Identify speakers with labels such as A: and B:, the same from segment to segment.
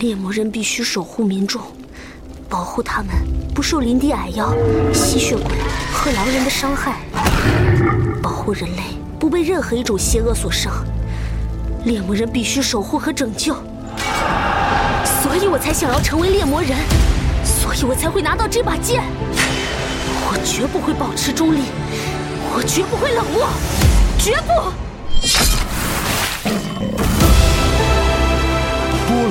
A: 猎魔人必须守护民众，保护他们不受林地矮妖、吸血鬼和狼人的伤害，保护人类不被任何一种邪恶所伤。猎魔人必须守护和拯救，所以我才想要成为猎魔人，所以我才会拿到这把剑。我绝不会保持中立，我绝不会冷漠，绝不。
B: 波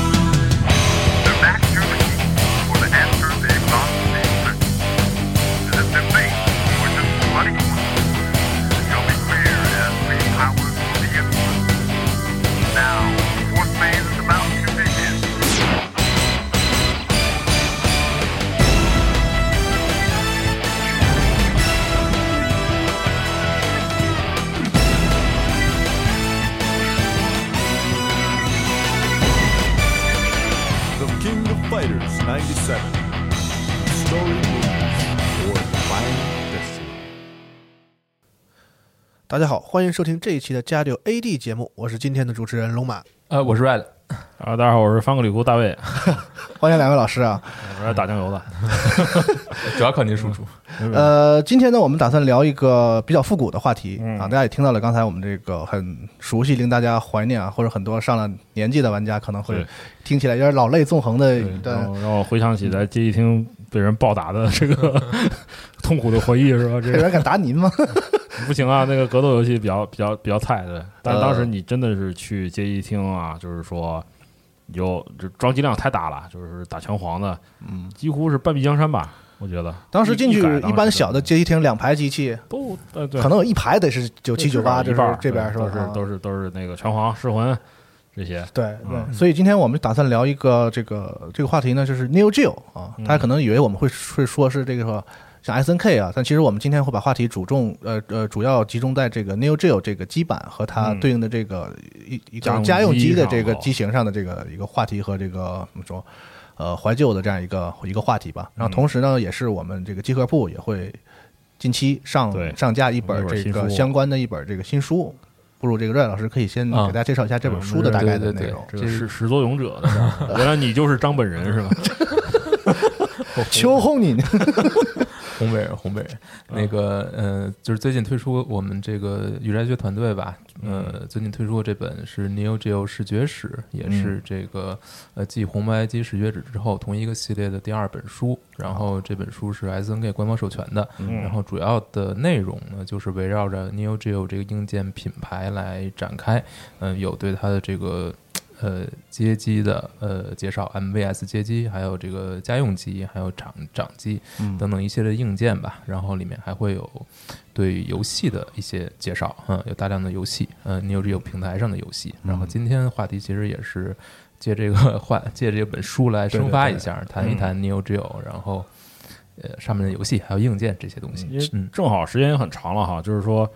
C: The back door key for the answer they found they searched. The debate was a bloody one. You'll be clear as we power through the influence. Now, the fourth phase is about to begin.
D: The King of Fighters 97. Story moves or Divine Destiny.
E: 大家好，欢迎收听这一期的加六 AD 节目，我是今天的主持人龙马，
F: 呃，我是 Red，
G: 啊，大家好，我是翻个旅途大卫，
E: 欢迎两位老师啊。
G: 我是打 酱油的。
F: 主要靠您输出。
E: 呃，今天呢，我们打算聊一个比较复古的话题啊，大家也听到了，刚才我们这个很熟悉，令大家怀念啊，或者很多上了年纪的玩家可能会
G: 对
E: 听起来有点老泪纵横的一
G: 让
E: 段。
G: 我让我回想起在街机厅被人暴打的这个痛苦的回忆，是吧？这
E: 有 人
G: 个
E: 敢打您吗？
G: 不行啊，那个格斗游戏比较比较比较菜对。但
E: 呃
G: 当时你真的是去街机厅啊，就是说有这装机量太大了，就是打拳皇的，嗯，几乎是半壁江山吧，我觉得。
E: 当时进去
G: 一改当时
E: 一般小的街机厅两排机器，
G: 都呃对，
E: 可能有一排得是九七九八，
G: 至
E: 这
G: 少一
E: 是
G: 半儿
E: 这边是
G: 对
E: 吧？
G: 都是
E: 啊
G: 都是都是那个拳皇、噬魂这些，
E: 对
G: 嗯
E: 对，所以今天我们打算聊一个这个这个话题呢，就是 Neo Geo 啊，大家
G: 嗯
E: 可能以为我们会会说是这个像 S N K 啊，但其实我们今天会把话题主重呃呃主要集中在这个 Neo Geo 这个基板和它
G: 嗯
E: 对应的这个一一
G: 家
E: 个
G: 用
E: 家用
G: 机
E: 机的
G: 上
E: 这个
G: 哦
E: 机型上的这个一个话题和这个怎么说呃怀旧的这样一个一个话题吧。
G: 嗯
E: 然后同时呢，也是我们这个集合铺也会近期上
G: 对
E: 上架一
G: 一
E: 本
G: 本
E: 这
G: 新
E: 个
G: 书
E: 相关的一本这个新书。不如这个瑞老师可以先给
F: 啊
E: 大家介绍一下这本
G: 嗯
E: 书的大概的
F: 对对
E: 内
F: 对
E: 容。
G: 这
F: 这
G: 个
F: 是
G: 始始作俑者的事儿， 原来你就是张本人是吧？
E: 秋红你，
F: 烘焙人，烘焙人，那个呃，就是最近推出我们这个雨斋学团队吧，呃，最近推出的这本是《Neo Geo 视觉史》，也是这个呃继《红白机视觉史》之后同一个系列的第二本书。然后这本书是 SNK 官方授权的，然后主要的内容呢就是围绕着 Neo Geo 这个硬件品牌来展开，嗯、有对它的这个。呃街机的呃介绍，MVS 街机，还有这个家用机，还有掌掌机等等一系列硬件吧。然后里面还会有对游戏的一些介绍，嗯，有大量的游戏，嗯，你有这有平台上的游戏。然后今天话题其实也是借这个话，借这本书来生发一下，谈一谈 Neo Geo，、然后呃上面的游戏还有硬件这些东西
G: 因为。
F: 嗯，
G: 正好时间也很长了哈，就是说，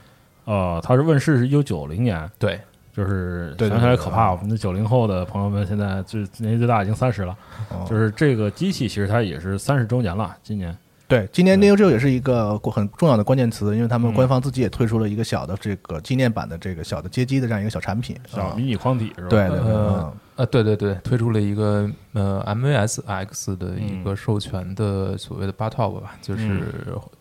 G: 呃，它是问世是一九九零年，
F: 对，
G: 就是
E: 对对
G: 想起来
E: 对
G: 可怕。我们的九零后的朋友们现在最年纪最大已经三十了，
E: 哦
G: 就是这个机器其实它也是三十周年了，今年
E: 对，今年 Neo Geo 也是一个很重要的关键词，因为他
F: 嗯
E: 们官方自己也推出了一个小的这个纪念版的这个小的街机的这样一个小产品。
G: 小
E: 啊
G: 迷你框体是吧？
E: 对对对，
F: 呃
E: 嗯
F: 呃，对对对，推出了一个呃 MVS X 的一
G: 嗯
F: 个授权的所谓的 Batop 吧，就是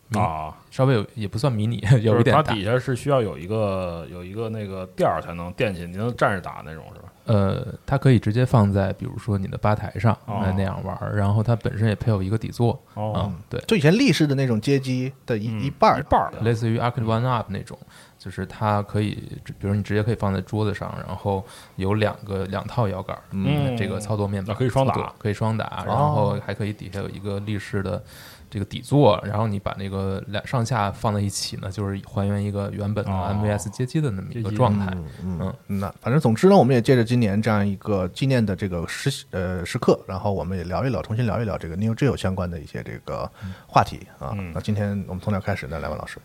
F: 迷
G: 啊，
F: 稍微有也不算迷 你，
G: 就
F: 有
G: 是
F: 一点
G: 它
F: 大
G: 底。下是需要有一个有一个那个垫儿才能垫起，你能站着打那种是吧？
F: 呃，它可以直接放在比如说你的吧台上、
G: 哦
F: 呃那样玩儿，然后它本身也配有一个底座啊、
G: 哦，
F: 对，
E: 就以前立式的那种街机的一一半儿
G: 一半儿
F: 类似于 Arcade One Up 那种，就是它可以，比如你直接可以放在桌子上，然后有两个两套摇杆，
G: 嗯
F: 这个操作面板
G: 那可以双打哦
F: 操作可以双打，然后还可以底下有一个立式的这个底座，然后你把那个两上下放在一起呢，就是还原一个原本的
G: 哦
F: MVS 街机的那么一
G: 街
F: 个
G: 机
F: 状态。
E: 嗯，那反正总之呢，我们也借着今年这样一个纪念的这个时呃时刻，然后我们也聊一聊，重新聊一聊这个 Neo Geo 相关的一些这个话题啊。
F: 嗯
E: 那今天我们从哪儿开始呢？莱文老师，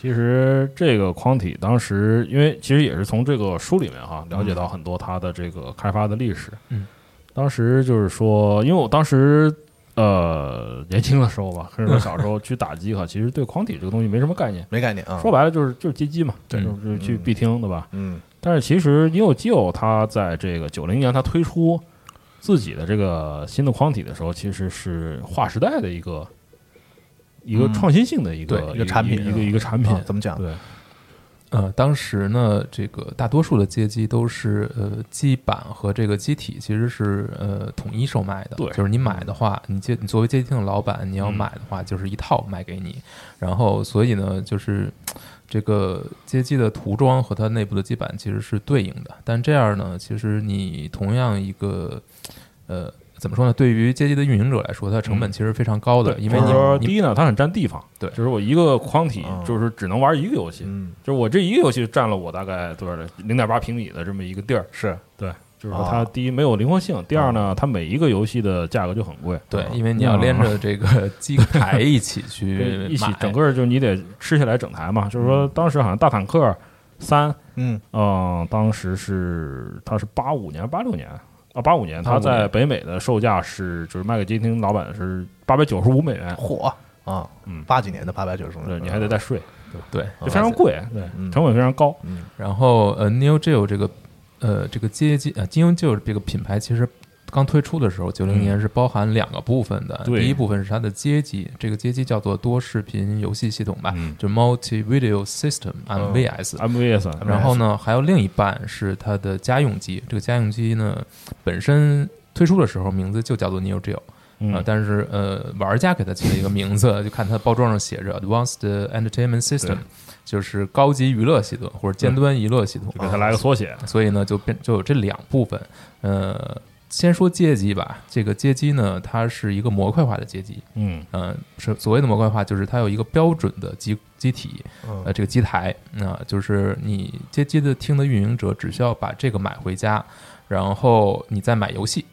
G: 其实这个框体当时，因为其实也是从这个书里面哈、了
E: 嗯
G: 解到很多它的这个开发的历史。
F: 嗯，
G: 当时就是说，因为我当时呃年轻的时候吧，或者说小 时候去打机哈，其实对框体这个东西没什么概念。
E: 没概念啊。
G: 说白了就是就是街机嘛，
F: 对
G: 就是就是去必听对吧？
E: 嗯
G: 但是其实 Neo Geo 它在这个九零年它推出自己的这个新的框体的时候，其实是划时代的一个一个创新性的一个
F: 对
E: 嗯一个产品
G: 一个一个产品
E: 啊，怎么讲？
G: 对，
F: 呃，当时呢，这个大多数的街机都是呃机板和这个机体其实是呃统一售卖的，
G: 对嗯
F: 就是你买的话，你街你作为街机厅的老板，你要买的话，就是一套卖给你，然后所以呢，就是这个街机的涂装和它内部的基板其实是对应的，但这样呢，其实你同样一个呃。怎么说呢？对于街机的运营者来说，它成本其实非常高的，
G: 嗯对呃
F: 因为
G: 或者说
F: 你
G: 第
F: 你
G: 一呢，它很占地方，
F: 对嗯
G: 就是我一个框体
E: 啊
G: 就是只能玩一个游戏，
E: 嗯，
G: 就是我这一个游戏占了我大概多少零点八平米的这么一个地儿，
E: 是
G: 对，就是说
E: 啊
G: 它第一没有灵活性，第二呢，它每一个游戏的价格就很贵，
F: 嗯
G: 啊
F: 对，因为你要连着这个机台一起去
G: 嗯 对，一起
F: 买嗯
G: 整个就是你得吃下来整台嘛，就是说当时好像大坦克三，
E: 嗯
G: 嗯，当时是它是八五年八六年啊八五年，它
F: 85
G: 在
F: 年
G: 北美的售价是就是卖给街机厅老板是八百九十五美元，
E: 火啊，
G: 嗯
E: 八几年的八百九十，
G: 对，你还得再税，
F: 对，
G: 就非常贵，
F: 嗯
G: 对，成本非常高，
F: 然后呃，Neo Geo 这个呃这个街机呃金庸 Geo 这个品牌其实。刚推出的时候，九零年是包含两个部分的。
G: 嗯对
F: 第一部分是它的街机，这个街机叫做多视频游戏系统吧，
G: 嗯哦
F: 就 Multi Video System MVS、
G: MVS，
F: 嗯然后呢，还有另一半是它的家用机。这个家用机呢，本身推出的时候名字就叫做 Neo Geo，
G: 嗯
F: 呃，但是呃，玩家给它起了一个名字，就看它包装上写着 Advanced Entertainment System，就是高级娱乐系统或者尖端娱乐系统。啊
G: 给它来个缩写，
F: 所以呢，就变就有这两部分。呃，先说街机吧，这个街机呢，它是一个模块化的街机。
G: 嗯
F: 呃，是所谓的模块化，就是它有一个标准的机机体，
G: 嗯
F: 呃，这个机台，那、就是你街机的厅的运营者只需要把这个买回家，然后你再买游戏。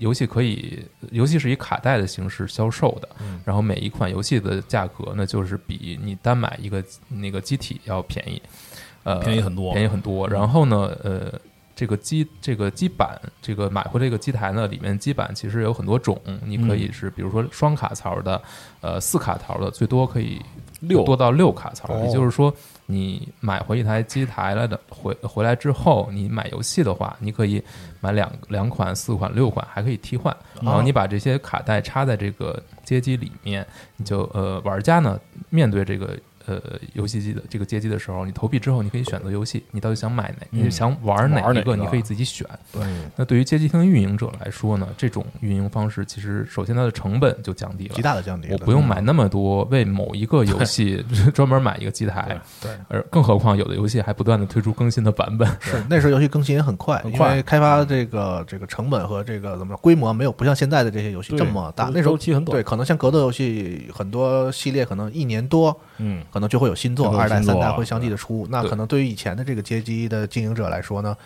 F: 游戏可以，游戏是以卡带的形式销售的，
G: 嗯
F: 然后每一款游戏的价格呢，就是比你单买一个那个机体要便宜，呃，
G: 便宜很多
F: 便宜很多。然后呢，呃，这个机这个机板，这个买回这个机台呢，里面机板其实有很多种，你
G: 嗯
F: 可以是比如说双卡槽的，呃，四卡槽的，最多可以
G: 六
F: 多到六卡槽，
E: 哦
F: 也就是说。你买回一台机台来的，回回来之后，你买游戏的话，你可以买两两款、四款、六款，还可以替换。然后你把这些卡带插在这个街机里面，你就呃，玩家呢面对这个呃游戏机的这个街机的时候，你投币之后，你可以选择游戏，你到底想买哪，你想玩哪
G: 玩
F: 一
G: 哪
F: 个，
G: 个
F: 你可以自己选。对。
E: 嗯
G: 嗯
F: 那对于街机厅运营者来说呢，这种运营方式其实首先它的成本就降低了，
E: 极大的嗯降低了，
F: 我不用买那么多，为某一个游戏 专门买一个机台，对，而更何况有的游戏还不断的推出更新的版本，
E: 是那时候游戏更新也很快，因
G: 快嗯
E: 为开发这个这个成本和这个怎么说规模没有不像现在的这些游戏
G: 对
E: 这么大
G: 周，
E: 那时候
G: 周期很短
E: 对，可能像格斗游戏很多系列可能一年多，
G: 嗯，
E: 可能就会有新作，
G: 就会有
E: 二代、
G: 新作
E: 三代
G: 啊
E: 会相继的出。那可能对于以前的这个街机的经营者来说呢，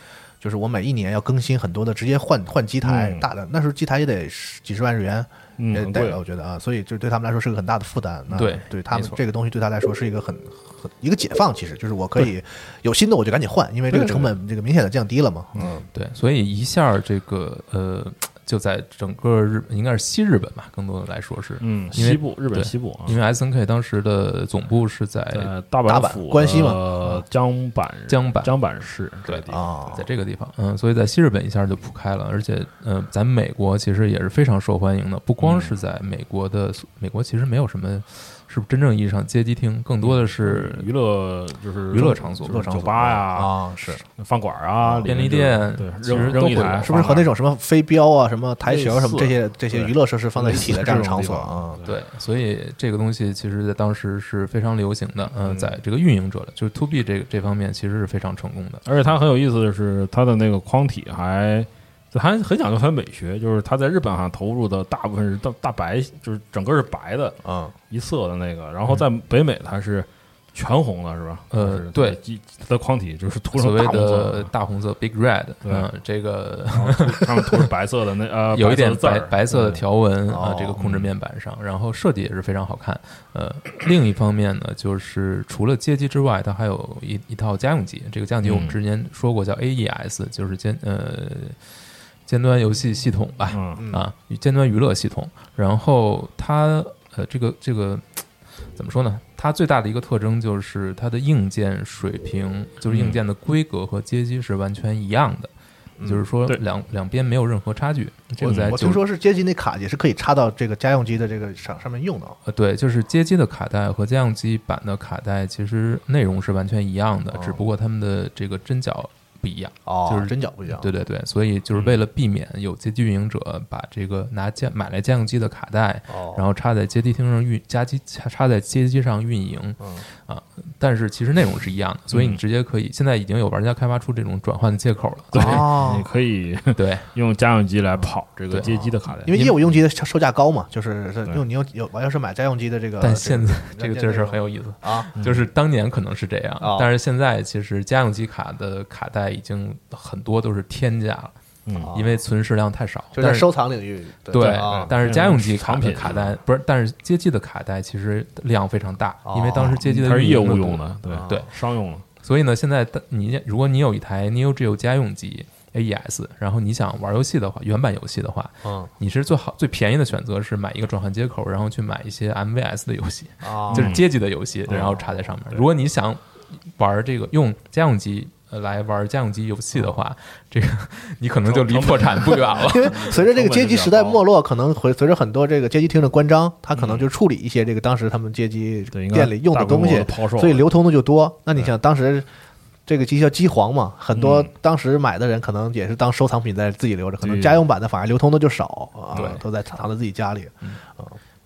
E: 就是我每一年要更新很多的，直接换换机台，
G: 嗯
E: 大的那时候机台也得十几十万日元，
G: 嗯
E: 也
G: 很
E: 得
G: 贵
E: 我觉得啊，所以就对他们来说是个很大的负担。那
F: 对
E: 啊对他们
F: 没错
E: 这个东西对他来说是一个很很一个解放，其实就是我可以有新的我就赶紧换，因为这个成本这个明显的降低了嘛。嗯，
F: 对，所以一下儿这个呃，就在整个日应该是西日本吧，更多的来说是，
G: 嗯，
F: 因为
G: 西部日本
F: 对
G: 西部啊，
F: 因为 S N K 当时的总部是在
G: 呃，大
E: 大
G: 阪
E: 阪
G: 府
E: 关西嘛
G: 嘛，江阪
F: 嗯江阪
G: 江阪市这个
F: 对
G: 地方，
E: 啊
F: 在，这个地方，嗯，所以在西日本一下就铺开了，而且，呃，咱美国其实也是非常受欢迎的，不光是在美国的，美国其实没有什么是真正意义上街机厅，更多的是
G: 娱乐就是
F: 娱乐场所、嗯
G: 就是酒吧呀、
H: 啊，是
G: 饭馆啊、
F: 便
G: 里
F: 利
G: 面就
F: 店，其
G: 对，
F: 实
G: 扔
F: 都
G: 扔
F: 会
G: 一
F: 有
G: 台，
E: 啊是不是和那种什么飞镖啊、什么台球
H: 类
E: 什
H: 似
E: 么这些这些娱乐设施放在一起的这样的场所
H: 这种地方啊？
F: 对，所以这个东西其实在当时是非常流行的，嗯，在这个运营者的，就是 to B 这个这方面其实是非常成功的。
G: 而且它很有意思的是，它的那个框体还还很讲究它的美学，就是它在日本好像投入的大部分是大大白，就是整个是白的
H: 啊，
G: 一色的那个，然后在北美它是全红的，是吧？
F: 呃
G: 就是它
F: 对呃
G: 机它的框体就是涂成
F: 所谓
G: 大红色
F: 的，大红色 Big Red，
G: 对
F: 嗯，这个
G: 然后涂上面涂着白色的那 呃，
F: 有一点白
G: 白
F: 白色的
G: 条。
F: 条纹
E: 哦
F: 啊，这个控制面板上，然后设计也是非常好看。呃，另一方面呢，就是除了街机之外，它还有一一套家用机。这个家用机我们之前说过叫 AES，就是尖呃尖端游戏系统吧，
G: 嗯
F: 啊，尖端娱乐系统。然后它呃这个这个怎么说呢？它最大的一个特征就是它的硬件水平，就是
E: 嗯
F: 硬件的规格和街机是完全一样的，就是说
G: 对
F: 两两边没有任何差距。这个在
E: 嗯我
F: 九
E: 听说是街机那卡也是可以插到这个家用机的这个上上面用的哦。
F: 呃，对，就是街机的卡带和家用机版的卡带，其实内容是完全一样的，只不过它们的这个针脚不一样。
E: 哦
F: 就是
E: 针脚不一样。
F: 对对对，所以
E: 嗯
F: 就是为了避免有街机运营者把这个拿家买来家用机的卡带，
E: 哦
F: 然后插在街机厅上运加机插插在街机上运营，
E: 嗯
F: 啊，但是其实内容是一样的，所以你直接可以现在已经有玩家开发出这种转换的接口了。对
E: 哦
G: 你，可以
F: 对，
E: 呃
G: 用家用机来跑这个
F: 对
G: 街机的卡带，
E: 因为
F: 因为嗯
E: 业务用机的售价高嘛，就是是
G: 对
E: 用你有有玩家是买家用机的这个。
F: 但现在这
E: 软
F: 个
E: 件
F: 确实
E: 内容
F: 很有意思。
E: 啊，
F: 就是当年可能是这样，
E: 哦
F: 但是现在其实家用机卡的卡带已经很多都是天价了，
G: 嗯
F: 因为存世量太少。
E: 就
F: 但
E: 在
F: 是
E: 收藏领域。
F: 对，
E: 啊
F: 但是家用机卡
G: 藏
F: 的
G: 品
F: 卡带不是，但是街机的卡带其实量非常大，因为当时街机的
G: 哦它是业
F: 运
G: 务
F: 营
G: 用
F: 不多
G: 的，啊对
F: 对，
G: 商用的，
F: 所以呢，现在的你如果你有一台 Neo Geo 家用机 AES，然后你想玩游戏的话，原版游戏的话，
H: 嗯，
F: 你是最好最便宜的选择是买一个转换接口，然后去买一些 MVS 的游戏，
G: 啊
H: 哦
F: 就是街机的游
G: 嗯
F: 戏，然后插在上面。如果你想玩这个用家用机。呃来玩家用机游戏的话，这个 你可能就离破产不远了。
E: 因为随着这个
G: 成本
E: 街
G: 就
E: 机
G: 比较
E: 时代
G: 高嗯
E: 没落，可能会随着很多这个街机厅的关张，它可能就处理一些这个当时他们街机
G: 对应该
E: 店里用
G: 大规
E: 东
G: 模
E: 西
G: 地抛售，
E: 所以流通的就多。那你想当时这个机叫机皇嘛，很多
G: 嗯
E: 当时买的人可能也是当收藏品在自己留着，可能
G: 对
E: 家用版的反而流通的就少啊
F: 对，
E: 都在藏在自己家里。
G: 嗯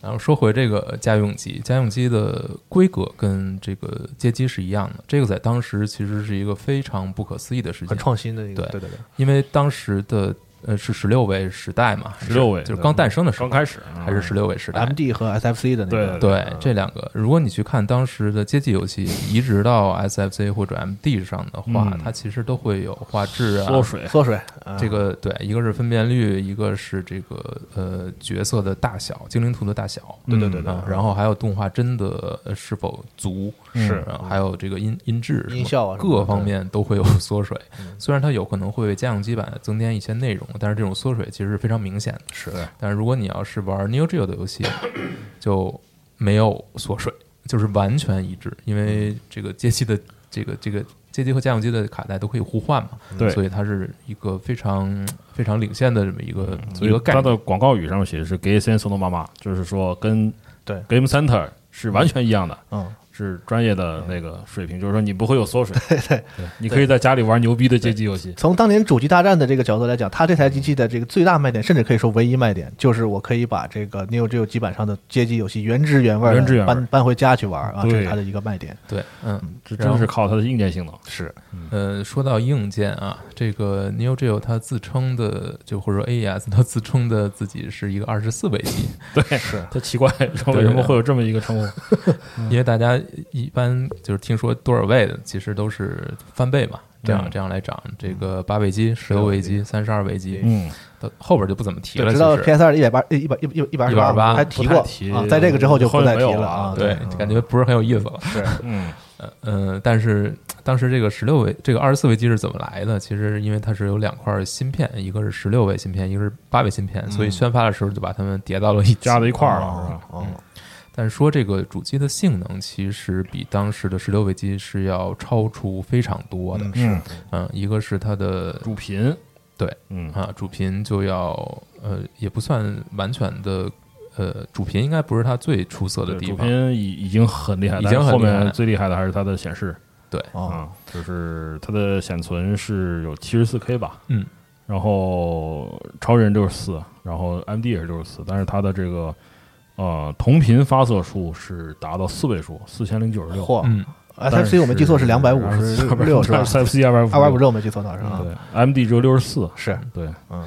F: 然后说回这个家用机，家用机的规格跟这个街机是一样的，这个在当时其实是一个非常不可思议的事情
E: 很。创新的一个，
F: 对
E: 对对对，
F: 因为当时的呃是十六位时代嘛，
G: 16位
F: 就是刚诞生的时候，
G: 刚开始啊
F: 还是十六位时代。
E: ，MD 和 SFC 的那
G: 对
E: 个，
F: 对这两个，如果你去看当时的街机游戏移植到 SFC 或者 MD 上的话，
G: 嗯
F: 它其实都会有画质啊，
G: 缩水，
E: 缩水，嗯
F: 这个对，一个是分辨率，一个是这个呃角色的大小，精灵图的大小，
E: 嗯
G: 对对对对
F: 啊，然后还有动画帧的呃是否足，
G: 是
F: 啊，还有这个音音质什么、
E: 嗯音效啊什么的嗯
F: 各方面都会有缩水。虽然它有可能会为家用机版增添一些内容，但是这种缩水其实是非常明显的。
E: 是
F: 但是如果你要是玩 Neo Geo 的游戏，就没有缩水，就是完全一致，因
G: 嗯
F: 为这个街机的这个这个街机和家用机的卡带都可以互换嘛，
G: 对
F: 所以它是一个非常非常领先的这么一个
G: 嗯所
F: 一个
G: 以
F: 概
G: 它
F: 念。
G: 的广告语上面写的是 “Gay Sen Sono Mama”，就是说跟
E: 对
G: Game Center 是完全一样的，
E: 嗯，
G: 是专业的那个水平，就是说你不会有缩水，对对，你可以在家里玩牛逼的街机游戏，
E: 从当年主机大战的这个角度来讲，它这台机器的这个最大卖点，甚至可以说唯一卖点，就是我可以把这个 Neo Geo 基本上的街机游戏原汁原味
G: 原汁原
E: 的
G: 味儿
E: 搬搬回家去玩啊，这
G: 对
E: 是它的一个卖点。
F: 对，嗯，
G: 这真的是靠它的硬件性能。
E: 是
G: 嗯
F: 呃，说到硬件啊，这个 Neo Geo 它自称的，就或者说 AES 它自称的自己是一个二十四位机，
G: 对，是它奇怪，为什么会有这么一个称呼？
F: 因为大家一般就是听说多少位的，其实都是翻倍嘛，这样
G: 嗯
F: 这样来涨。这个八位机、嗯十六位机、三十二位机，
G: 嗯，
F: 到后边就不怎么提
E: 对
F: 了。
E: 直到
F: 其实
E: PS 二一百八一百一一一百
F: 128
E: 还提
G: 不
E: 过
G: 太提
E: 啊，在这个之后就不再提
G: 后面没
E: 了
G: 有了
E: 啊。
F: 对，感觉不是很有意思了。嗯 是，
G: 嗯，
F: 呃呃，但是当时这个十六位、这个二十四位机是怎么来的？其实因为它是有两块芯片，一个是十六位芯片，一个是八位芯片，所以宣发的时候就把它们叠到了一起。
G: 加到一块儿了，是吧？嗯
F: 但是说这个主机的性能其实比当时的十六位机是要超出非常多的。
G: 嗯，
F: 嗯，一个是它的
G: 主频，
F: 对，
G: 嗯
F: 啊，主频就要呃，也不算完全的呃，主频应该不是它最出色的
G: 对
F: 地
G: 主
F: 方。
G: 频已已经很厉害，
F: 已
G: 但是
F: 经很
G: 后
F: 厉害
G: 面
F: 了
G: 最厉害的还是它的显示
E: 哦，
G: 啊，就是它的显存是有七十四 K 吧，
F: 嗯，
G: 然后超人六十四，然后 MD 也是六十四，但是它的这个呃同频发射数是达到四位数，四千零九十六。
E: 嚯
F: 嗯，
G: 但
E: ，SFC 我没记错是两百五十六是吧？
G: ？SFC 二百五，嗯
E: 二百五十六我没记错倒是啊，
G: 对，MD 只有六十四，
E: 是
G: 对，
E: 嗯。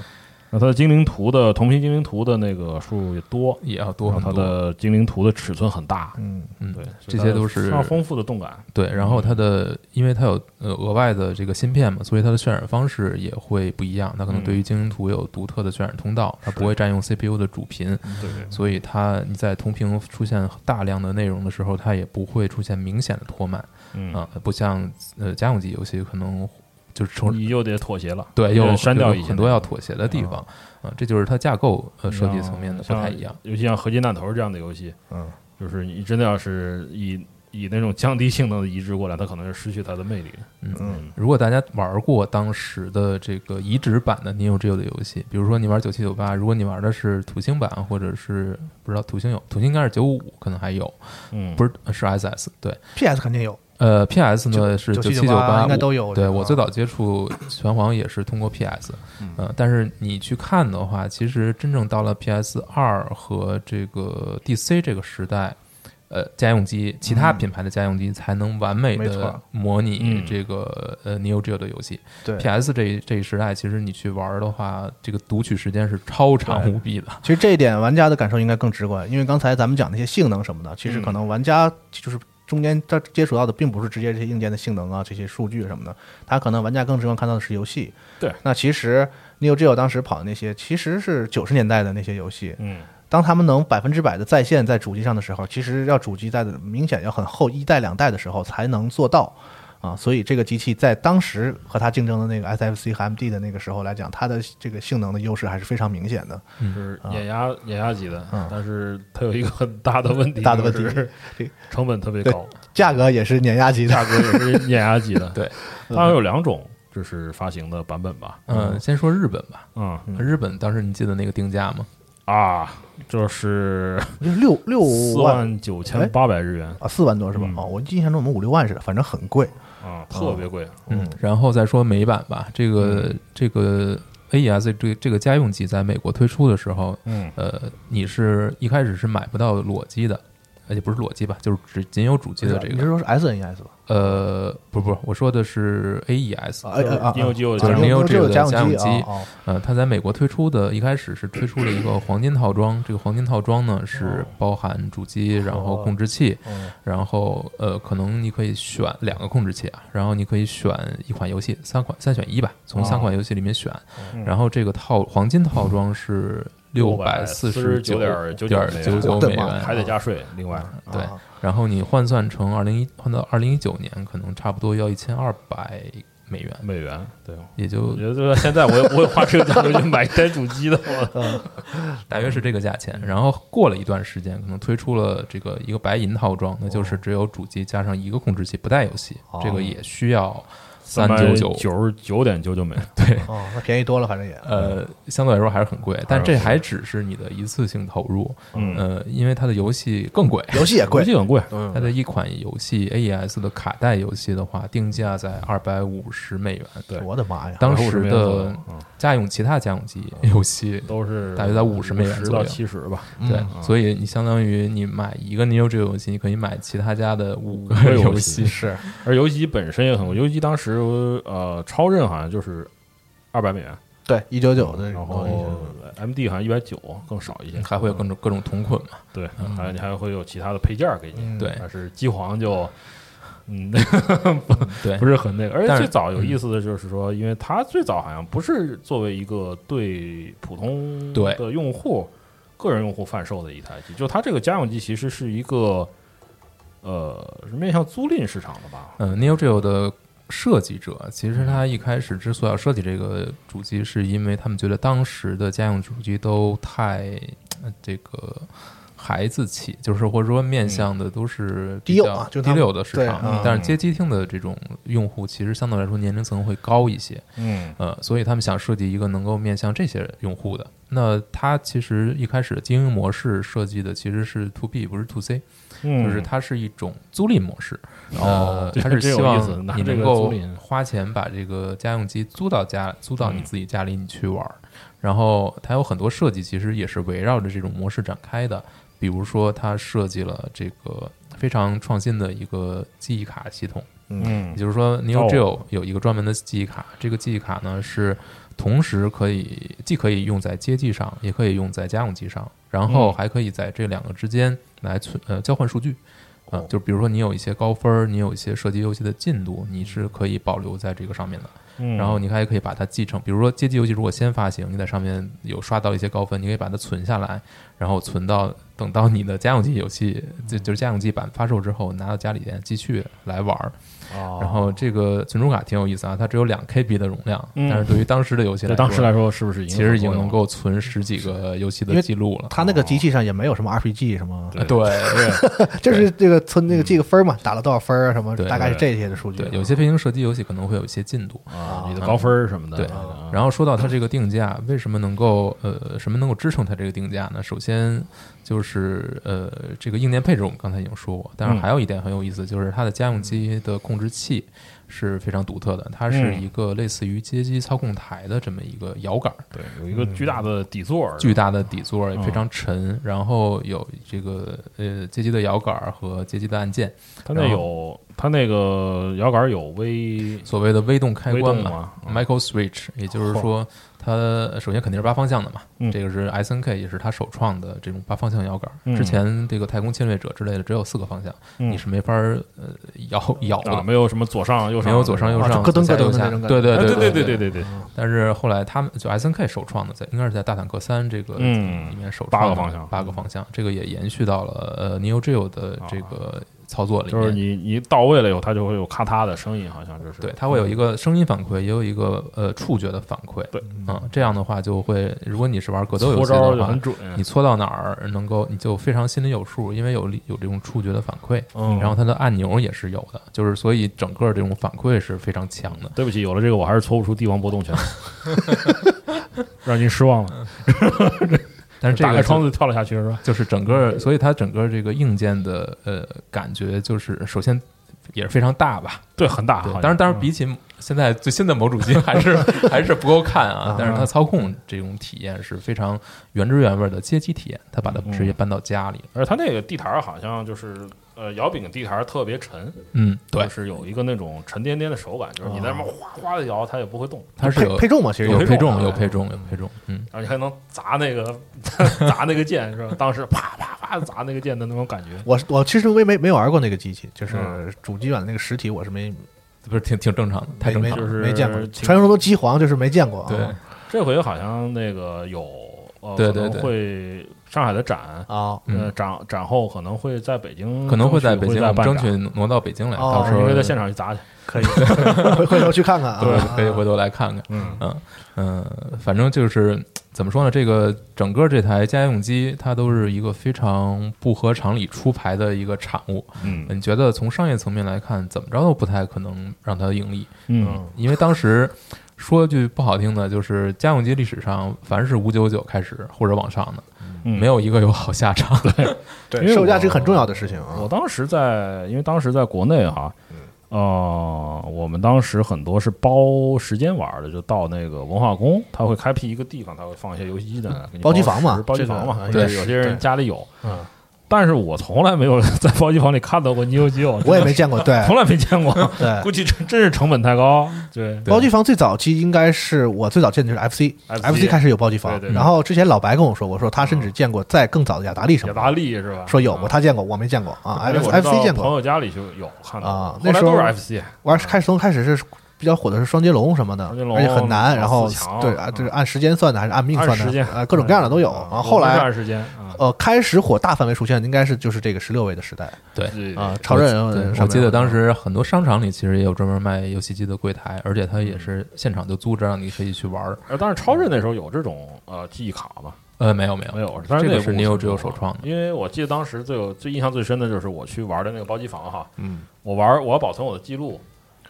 G: 那它的精灵图的同频精灵图的那个数也多，
F: 也要多
G: 然后
F: 很
G: 它
F: 多。
G: 的精灵图的尺寸很大，
E: 嗯，
F: 嗯，
G: 对，
F: 这些都是
G: 非常丰富的动感。
F: 对，然
G: 嗯
F: 后它的，因为它有呃额外的这个芯片嘛，所以它的渲染方式也会不一样。它可能
G: 嗯
F: 对于精灵图有独特的渲染通道，它
G: 是嗯
F: 不会占用 CPU 的主频，
G: 对对
F: 所以它你在同屏出现大量的内容的时候，它也不会出现明显的拖慢
G: 嗯
F: 啊、不像呃家用机游戏可能就是从
G: 你又得妥协了，
F: 对
G: 又
F: 又
G: 得删掉
F: 有
G: 一些
F: 很多要妥协的地
G: 啊
F: 方啊、这就是它架构呃设计层面的不
G: 像
F: 太一样。。
G: 尤其像合金弹头这样的游戏，
E: 嗯，
G: 就是你真的要是以以那种降低性能的移植过来，它可能就失去它的魅力。
F: 如果大家玩过当时的这个移植版的 Neo Geo 的游戏，比如说你玩九七九八，如果你玩的是土星版，或者是不知道土星有，土星应该是九五五，可能还有，
G: 嗯，
F: 不
G: 是，
F: 是是 SS 对，
E: PS 肯定有，
F: 呃 PS 呢是
E: 9798
F: 七九八
E: 应该都有啊
F: 对
E: 这个
F: 我最早接触拳皇也是通过 PS，呃，但是你去看的话，其实真正到了 PS 二和这个 DC 这个时代。呃，家用机，其他品牌的家用机才能完美
E: 没错
F: 的模拟
G: 嗯
F: 这个呃 Neo Geo 的游戏。
E: 对
F: PS 这一这一时代，其实你去玩儿的话，这个读取时间是超长无比的。
E: 其实这一点玩家的感受应该更直观，因为刚才咱们讲那些性能什么的，其
G: 嗯
E: 实可能玩家就是中间他接触到的并不是直接这些硬件的性能啊、这些数据什么的，他可能玩家更直观看到的是游戏。
G: 对，
E: 那其实 Neo Geo 当时跑的那些其实是九十年代的那些游戏，
G: 嗯，
E: 当他们能百分之百的在线在主机上的时候，其实要主机在的明显要很后一代两代的时候才能做到啊。所以这个机器在当时和它竞争的那个 SFC 和 MD 的那个时候来讲，它的这个性能的优势还是非常明显的。
F: 嗯
G: 就是
E: 啊
G: 碾压碾压级的，但是它有一个很大的问题，
E: 嗯大的问题
G: 就是
E: 对
G: 成本特别高，
E: 价格也是碾压级的
G: 价。格也是碾压级的。
F: 对，
G: 它好像有两种，就是发行的版本吧。
F: 嗯、先说日本吧，
G: 嗯
F: 日本当时你记得那个定价吗？
G: 啊，就是
E: 六六
G: 四
E: 万
G: 万九千八百日元
E: 啊，四万多是吧？
G: 嗯
E: 哦，我印象中我们五六万似的，反正很贵。哎
G: 啊，特别贵。
E: 嗯，
F: 然后再说美版吧，这个、这个 AES 这个这个家用机在美国推出的时候，
G: 嗯
F: 呃，你是一开始是买不到裸机的。而且不是裸机吧，就是只仅有主机的这
E: 你是说
F: 个，
E: 是 SNES 吧？
F: 呃，不不，我说的是 E AES，
E: 哎哎啊，
G: Neo Geo
E: 啊
G: 的
E: ，Neo
F: Neo Geo
E: Geo
F: 的
E: 家
F: 家
E: 用
F: 用
E: 机
F: 机
E: 啊，哦
F: 呃，它在美国推出的，一开始是推出了一个黄金套装，这个黄金套装呢
E: 哦
F: 是包含主机，然后控制器，然后呃，可能你可以选两个控制器啊，然后你可以选一款游戏，三款三选一吧，从三
E: 哦
F: 款游戏里面选，
E: 嗯
F: 然后这个套黄金套装是六百四十
G: 九点
F: 九
G: 点
F: 九九美元，
G: 还得加税。另外，
E: 嗯
F: 对，
E: 啊
F: 然后你换算成二零一换到二零一九年，可能差不多要一千二百美元，
G: 美元，对，
F: 也
G: 我
F: 就
G: 觉得这现在我也我也花这个价格去买一台主机的，我
F: 大约是这个价钱。然后过了一段时间，可能推出了这个一个白银套装，那就是只有主机加上一个控制器，不带游戏，这个也需要三九九。
G: 九十九点九九美元，
E: 哦，那便宜多了，反正也
F: 呃，相对来说还是很贵，但这还只是你的一次性投入。
G: 嗯
F: 呃，因为它的游戏更贵，
E: 游戏也贵
G: 游。戏很贵，
F: 它的一款游戏 AES 的卡带游戏的话，定价在二百五十美元。 对
E: 我的妈呀！
F: 当
G: 250
F: 时
G: 美元左
F: 的
G: 右嗯
F: 家用其他家用机游戏
G: 都是
F: 大约在50美元
G: 十
F: 左
G: 到
F: 右
G: 七十吧，
F: 对，所以你相当于你买一个 Neo 这个游戏，你可以买其他家的五个
G: 个游
F: 游
G: 戏
F: 戏。
E: 是
G: 而游戏机本身也很贵，游戏机当时呃超任好像就是二百美元，
E: 对一九九的，
G: 然后 MD 好像一百九，更少一些，
F: 嗯
G: 嗯
F: 还会有各种各种同捆嘛？
G: 对，还有你还会有其他的配件儿给你，
F: 对
G: 但是机皇就。嗯，
F: 对，
G: 不是很那个。而且
F: 哎但是嗯
G: 最早有意思的就是说，因为它最早好像不是作为一个对普通
F: 对
G: 的用户、个人用户贩售的一台机，就它这个家用机其实是一个呃是面向租赁市场的吧？
F: 嗯、n e o Geo 的设计者其实他一开始之所以要设计这个主机，是因为他们觉得当时的家用主机都太呃这个孩子气，就是或者说面向的都是比
E: 低幼
F: 较
E: 啊就他
F: 低
E: 们
F: 六的市
E: 对
F: 场，
E: 嗯
F: 但是街机厅的这种用户其实相对来说年龄层会高一些。
G: 嗯
F: 呃，所以他们想设计一个能够面向这些用户的，那它其实一开始经营模式设计的其实是 to B 不是 to C，、
G: 嗯，
F: 就是它是一种租赁模式。
G: 哦
F: 呃，它
G: 这
F: 是
G: 这有
F: 希
G: 意思拿
F: 望你
G: 这
F: 能
G: 个
F: 够
G: 租赁嗯
F: 花钱把这个家用机租到家，租到你自己家里你去玩儿。然后它有很多设计，其实也是围绕着这种模式展开的。比如说，它设计了这个非常创新的一个记忆卡系统。
G: 嗯
F: 也就是说
G: 哦
F: ，Neo Geo 有一个专门的记忆卡，这个记忆卡呢是同时可以既可以用在街机上，也可以用在家用机上，然
G: 嗯
F: 后还可以在这两个之间来存呃交换数据。
G: 哦
F: 啊、就比如说你有一些高分儿，你有一些射击游戏的进度，你是可以保留在这个上面的。
G: 嗯
F: 然后你还可以把它继承，比如说街机游戏如果先发行，你在上面有刷到一些高分，你可以把它存下来，然后存到等到你的家用机游戏，就就是家用机版发售之后，拿到家里边继续来玩儿。然后这个存储卡挺有意思啊，它只有两 KB 的容量，
G: 嗯
F: 但是对于当时的游戏来
G: 对
F: 说，
G: 当时来说是不是
F: 其实已经
G: 很
F: 能
G: 够
F: 够存十几个游戏
E: 因为
F: 的记录了。
E: 他那个机器上也没有什么 RPG 什么，
F: 啊哦对嗯
E: 就是这个存那个这个分儿嘛，打了多少分儿啊什么，
F: 对
E: 大概是这些的数据。啊
F: 对，有些飞行射击游戏可能会有一些进度。
G: 啊，你的高分儿什么的，啊
F: 对，嗯然后说到它这个定价，为什么能够呃什么能够支撑它这个定价呢？首先就是呃这个硬件配置，我们刚才已经说过，但是还有一点很有意思，就是它的家用机的控制器是非常独特的，它是
G: 嗯
F: 一个类似于街机操控台的这么一个摇杆儿，
G: 对，有一个巨大的底座儿，
F: 巨大的底座
G: 哦
F: 也非常沉，然后有这个呃街机的摇杆儿和街机的按键，
G: 它那
F: 然后
G: 有它那个摇杆有微
F: 所谓的微动开关
G: 微动
F: 嘛
G: 啊
F: m i c r o Switch，也就是说，它首先肯定是八方向的嘛，
G: 嗯
F: 这个是 S N K 也是它首创的这种八方向摇杆。
G: 嗯
F: 之前这个太空侵略者之类的只有四个方向，
G: 嗯
F: 你是没法儿呃摇摇
G: 啊，
F: 的，
G: 没有什么左上右上，
F: 没有左上右
E: 啊
F: 上，
E: 就咯噔咯
F: 左下
E: 噔
F: 右
E: 的
F: 下
E: 那种感觉
F: 对对
G: 哎对
F: 对
G: 对
F: 对
G: 对对，
F: 但是后来他们就 S N K 首创的，在应该是在《大坦克三》这个
G: 嗯
F: 里面首
G: 八
F: 创
G: 个
F: 的
G: 方向
F: 八个方向，这个也延续到了呃 Neo Geo 的这个操作里
G: 啊就是
F: 面。
G: 你你到位了以后，它就会有咔嗒的声音，好像就是嗯
F: 对，它会有一个声音反馈，也有一个呃触觉的反馈。
G: 对，
F: 嗯，这样的话就会，如果你是玩格斗游
G: 搓
F: 戏
G: 招
F: 的
G: 就
F: 话
G: 很，准，
F: 你搓到哪儿能够，你就非常心里有数，因为有有这种触觉的反馈。
G: 嗯
F: 然后它的按钮也是有的，就是所以整个这种反馈是非常强的。
G: 对不起，有了这个我还是搓不出帝王波动 拳，让您失望了。
F: 但是这
G: 打
F: 个
G: 开
F: 就
G: 窗子跳了下去是吧？
F: 就是整个，所以它整个这个硬件的呃感觉，就是首先也是非常大吧。
G: 对，很大，
F: 对
G: 好，像
F: 当然当然比起现在最新的某主机还是还是不够看啊，但是它操控这种体验是非常原汁原味的街机体验，它把它直接搬到家里。
G: 而它那个地台好像就是呃摇柄地台特别沉，
F: 嗯，对啊
G: 就，是有一个那种沉甸甸的手感，就是你在那么哗哗的摇，它也不会动，
F: 它是
E: 配
F: 有
E: 配重嘛，其实
F: 有
G: 配
F: 配
G: 重
F: 重
G: 啊
F: 有配重有配重，嗯，
G: 而且还能砸那个 砸那个键是吧？当时啪啪啪砸那个键的那种感觉，
E: 我我其实没没没玩过那个机器，就是
G: 嗯
E: 主机版的那个实体，我是没
F: 不是挺挺正常的，太
E: 没
F: 正
E: 没
F: 常了。
G: 是
E: 没见过。
G: 挺
E: 传说中的机皇就是没见过啊。
F: 对，
G: 这回好像那个有呃，
F: 对
G: 可能
F: 对对
G: 会上海的展，
E: 啊，
G: 呃，
F: 嗯
G: 展展后可能会在北京，
F: 可能会
G: 会
F: 在北京，我们
G: 办
F: 争
G: 展啊
F: 取挪到北京来，
E: 哦
F: 到时候
G: 因为在现场去砸去。
E: 可以回回头去看看啊。
F: 对，可以
E: 啊
F: 回头来看看。
G: 嗯
F: 嗯嗯，反正就是怎么说呢，这个整个这台家用机它都是一个非常不合常理出牌的一个产物。
G: 嗯
F: 你觉得从商业层面来看，怎么着都不太可能让它盈利，
G: 嗯，
F: 因为当时。说句不好听的，就是家用机历史上，凡是五九九开始或者往上的，
G: 嗯
F: 没有一个有好下场。
G: 因为
E: 对，
G: 我
E: 售价是个很重要的事情啊
G: 我。当时在，因为当时在国内哈，
E: 嗯
G: 呃，我们当时很多是包时间玩的，就到那个文化宫，他会开辟一个地方，他会放一些游戏机在那，给你
E: 包机
G: 时
E: 房嘛
G: 包机
E: 这个
G: 房嘛，
E: 啊
G: 对，
E: 对
G: 有些人
E: 对
G: 家里有，
E: 嗯，
G: 但是我从来没有 在包机房里看到过 Neo Geo，
E: 我也没见过，对
G: 从来没见过，
E: 对。
G: 估计真真是成本太高，对，
E: 包机房最早期应该是我最早见的就是 FC，FC
G: FC
E: 开始有包机房
G: 对对，对嗯
E: 然后之前老白跟我说，我说他甚至见过在更早的雅达利什
G: 雅
E: 么
G: 达
E: 的，
G: 利是吧？
E: 说有过，
G: 啊
E: 他见过，我没见过啊
G: 而且我知道
E: ，FC 见
G: 朋
E: 过，
G: 友家里就有看到
E: 啊
G: 后来
E: 那时候
G: 都是 FC，
E: 玩开始从开始是。比较火的是双截龙什么的，
G: 双截龙
E: 而且很难，然后
G: 四强
E: 对啊，这是按时间算的还是按命算
G: 按时
E: 的
G: 间
E: 啊？各种各样的都有。
G: 啊
E: 然后后
G: 我们这
E: 来
G: 段时间啊，
E: 呃，开始火大范围出现，应该是就是这个十六位的时代
F: 对，
G: 对
E: 啊，超人
F: 我记
E: 呃
F: 对
E: 上
F: 我
E: 面
F: 记得当时很多商场里其实也有专门卖游戏机的柜台，而且它
E: 嗯
F: 也是现场就租着让你可以去玩儿。
G: 呃，但是超市那时候有这种呃记忆卡吗？
F: 呃，没有没有
G: 没有，但
F: 这
G: 是那
F: 个是
G: 你
F: Neo
G: 有
F: Geo 首创的。
G: 因为我记得当时最有最印象最深的就是我去玩的那个包机房哈，嗯，我玩我要保存我的记录，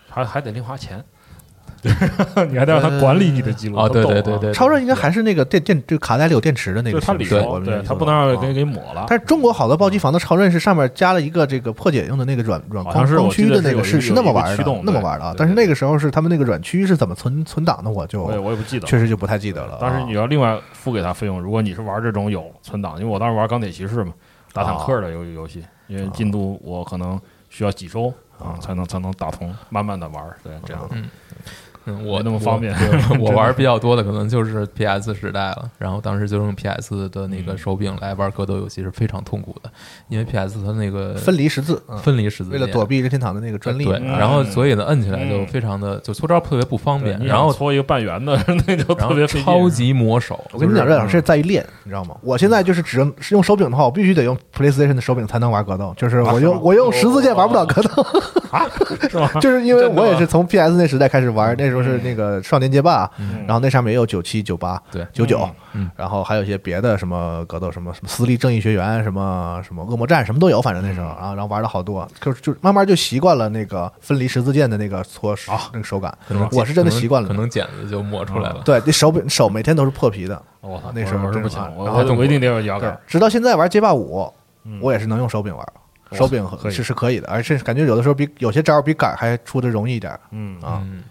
G: 还还得零花钱， 你还得让他管理你的记录。
F: 哦，
G: 他
F: 对
G: 懂
F: 对
G: 啊
F: 对对，
E: 超热应该还是那个电电就卡带里有电池的那
G: 就
E: 个
G: 是它
E: 形
G: 里
E: 式，
G: 头，
E: 我理解
G: 对，它
E: 中啊
G: 不能让人给给抹了。
E: 但是中国好多暴击房的超韧是上面加了一个这个破解用的那个软软
G: 好
E: 光
G: 像是
E: 光
G: 我记
E: 驱
G: 得
E: 的
G: 是
E: 那
G: 有
E: 个
G: 一
E: 是
G: 个
E: 是那么玩
G: 有一
E: 儿的
G: 个驱动，
E: 那么
G: 对
E: 玩儿的啊
G: 对。
E: 但是
G: 对
E: 那个时候是他们那个软驱是怎么存存档的，我就
G: 我也我也不记得了。
E: 确实就不太记得了。
G: 当时
E: 啊
G: 你要另外付给他费用，如果你是玩这种有存档，因为我当时玩钢铁骑士嘛，打坦
F: 啊
G: 克的游游戏，因为进度我可能需要几周啊才能才能打通，慢慢的玩，对，这样
F: 嗯，我
G: 没那么方便
F: 我对我玩儿比较多的可能就是 PS 时代了，然后当时就用 PS 的那个手柄来玩格斗游戏是非常痛苦的，因为 PS 它那个
E: 分离十字，嗯
F: 分离十字
E: 为了
F: 键
E: 躲避任天堂的那个专利，
F: 对，
E: 嗯
F: 然后所以呢摁起来就
G: 嗯
F: 非常的就搓招特别不方
G: 对
F: 便，
G: 你
F: 然
G: 想
F: 后
G: 搓一个半圆的，那就
F: 然
G: 特
F: 后
G: 别费劲啊
F: 超级磨手，
E: 我跟你讲，
F: 就是
E: 这两事在于练，你知道吗？我现在就是只用是用手柄的话，我必须得用 PlayStation 的手柄才能玩格斗，就是我
F: 啊
E: 用我
F: 哦
E: 用十字键玩不了格斗，
G: 是吧？
E: 就是因为我也是从 PS 那时代开始玩，那时候
F: 嗯
E: 是那个少年街霸，啊然后那上面也有九七、九八、
F: 对
E: 九九
F: 嗯，
E: 然后还有一些别的什么格斗，什么什么私立正义学员，什么什么恶魔战，什么都有，反正那时候，
F: 嗯
E: 啊然后然后玩了好多，就是就慢慢就习惯了那个分离十字键的那个搓
F: 啊
E: 手那个手感
F: 可能，
E: 我是真的习惯了嗯
F: 可。能剪子就磨出来了。
E: 对，那手柄手每天都是破皮的，
G: 我操，
E: 那时候
G: 我是
E: 真
G: 不行
E: 啊，
G: 我
E: 然后
G: 我我一定得有摇
E: 对
G: 杆，，
E: 啊直到现在玩街霸五，我也是能用手柄玩，手柄和
G: 嗯可以
E: 是是可以的，而且感觉有的时候比有些招儿比杆还出的容易一点。
G: 嗯
E: 啊
F: 嗯，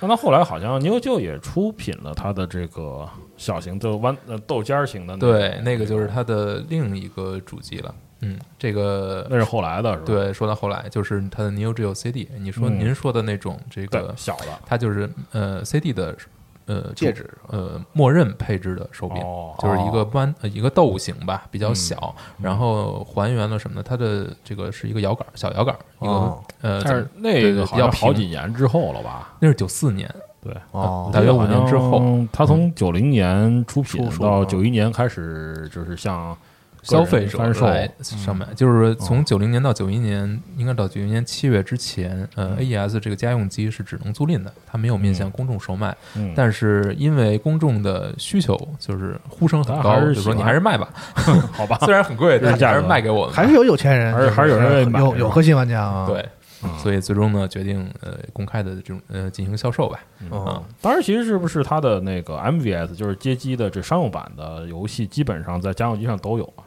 G: 那到后来好像 New 就也出品了它的这个小型的弯呃豆尖儿型的，
F: 对，那个就是它的另一个主机了。嗯，这个
G: 那是后来的是吧？
F: 对，说到后来就是它的 Neo Geo CD，你说、
G: 嗯
F: 您说的那种这
G: 对
F: 个，
G: 小的
F: 它就是呃 CD 的呃
E: 戒指是
F: 呃默认配置的手柄，
G: 哦嗯
F: 就是一个弯、呃一个豆形吧，比较小，然后还原了什么呢？它的这个是一个摇杆小摇杆，一个、
E: 哦
F: 呃，
G: 但是
F: 怎么
G: 那
F: 对
G: 个
F: 对
G: 好
F: 比较
G: 像好
F: 平
G: 几年之后了吧？
F: 那是九四年，
G: 对，
E: 哦，
F: 大约五年之后，，嗯
G: 他从九零年出品
E: 出售
G: 到
E: 嗯
G: 九一年开始，就是向个
F: 消
G: 人
F: 费者哎
G: 贩售嗯哦
F: 来上买，就是说从九零年到九一年，应该到九一年七月之前，
G: 嗯
F: 呃，AES 这个家用机是只能租赁的，它没有面向公众售卖。
G: 嗯
F: 但是因为公众的需求就是呼声很
G: 大家
F: 高，
G: 还是
F: 就说
G: 喜欢
F: 你还是卖吧，
G: 好吧？
F: 虽然很贵，但是
G: 价
F: 还
G: 格
F: 是卖给我们吧。
E: 还是有有钱人，
G: 还是还是有人会买
E: 有
G: 是吧
E: 有核心玩家啊。，
F: 对，
G: 嗯
F: 所以最终呢，决定呃公开的这种呃进行销售吧。啊
E: 哦，
G: 当然，其实是不是它的那个 MVS，就是街机的这商用版的游戏，基本上在家用机上都有啊。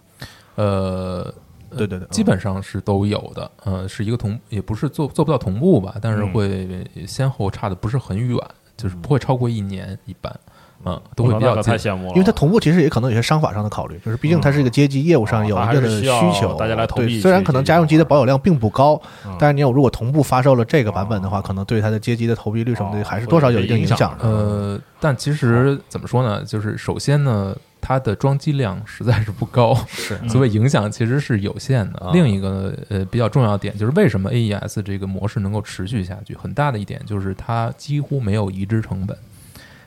F: 呃，
E: 对对对，
F: 基本上是都有的，呃，是一个同，也不是做做不到同步吧，但是
G: 嗯
F: 会先后差的不是很远，就是不会超过一年一般，嗯、都会
G: 我
F: 比
G: 哦那
F: 较
G: 可
F: 近
G: 太。羡慕了，
E: 因为它同步其实也可能有些商法上的考虑，就是毕竟它是一个街机业务上有
G: 哦它
E: 一定的
G: 还是需
E: 需
G: 要
E: 求，
G: 大家来投币
E: 对
G: 去
E: 虽然可能家用机的保有量并不高
G: 嗯，
E: 但是你有如果同步发售了这个版本的话，可能对它的街机的投币率什么
G: 哦
E: 的还是多少有一定
G: 会有
E: 影
G: 影响
E: 响的。
F: 呃，但其实怎么说呢，就是首先呢，它的装机量实在是不高，是，
G: 嗯
F: 所以影响其实是有限
G: 啊
F: 的。另一个呃比较重要的点就是为什么 AES 这个模式能够持续下去，很大的一点就是它几乎没有移植成本。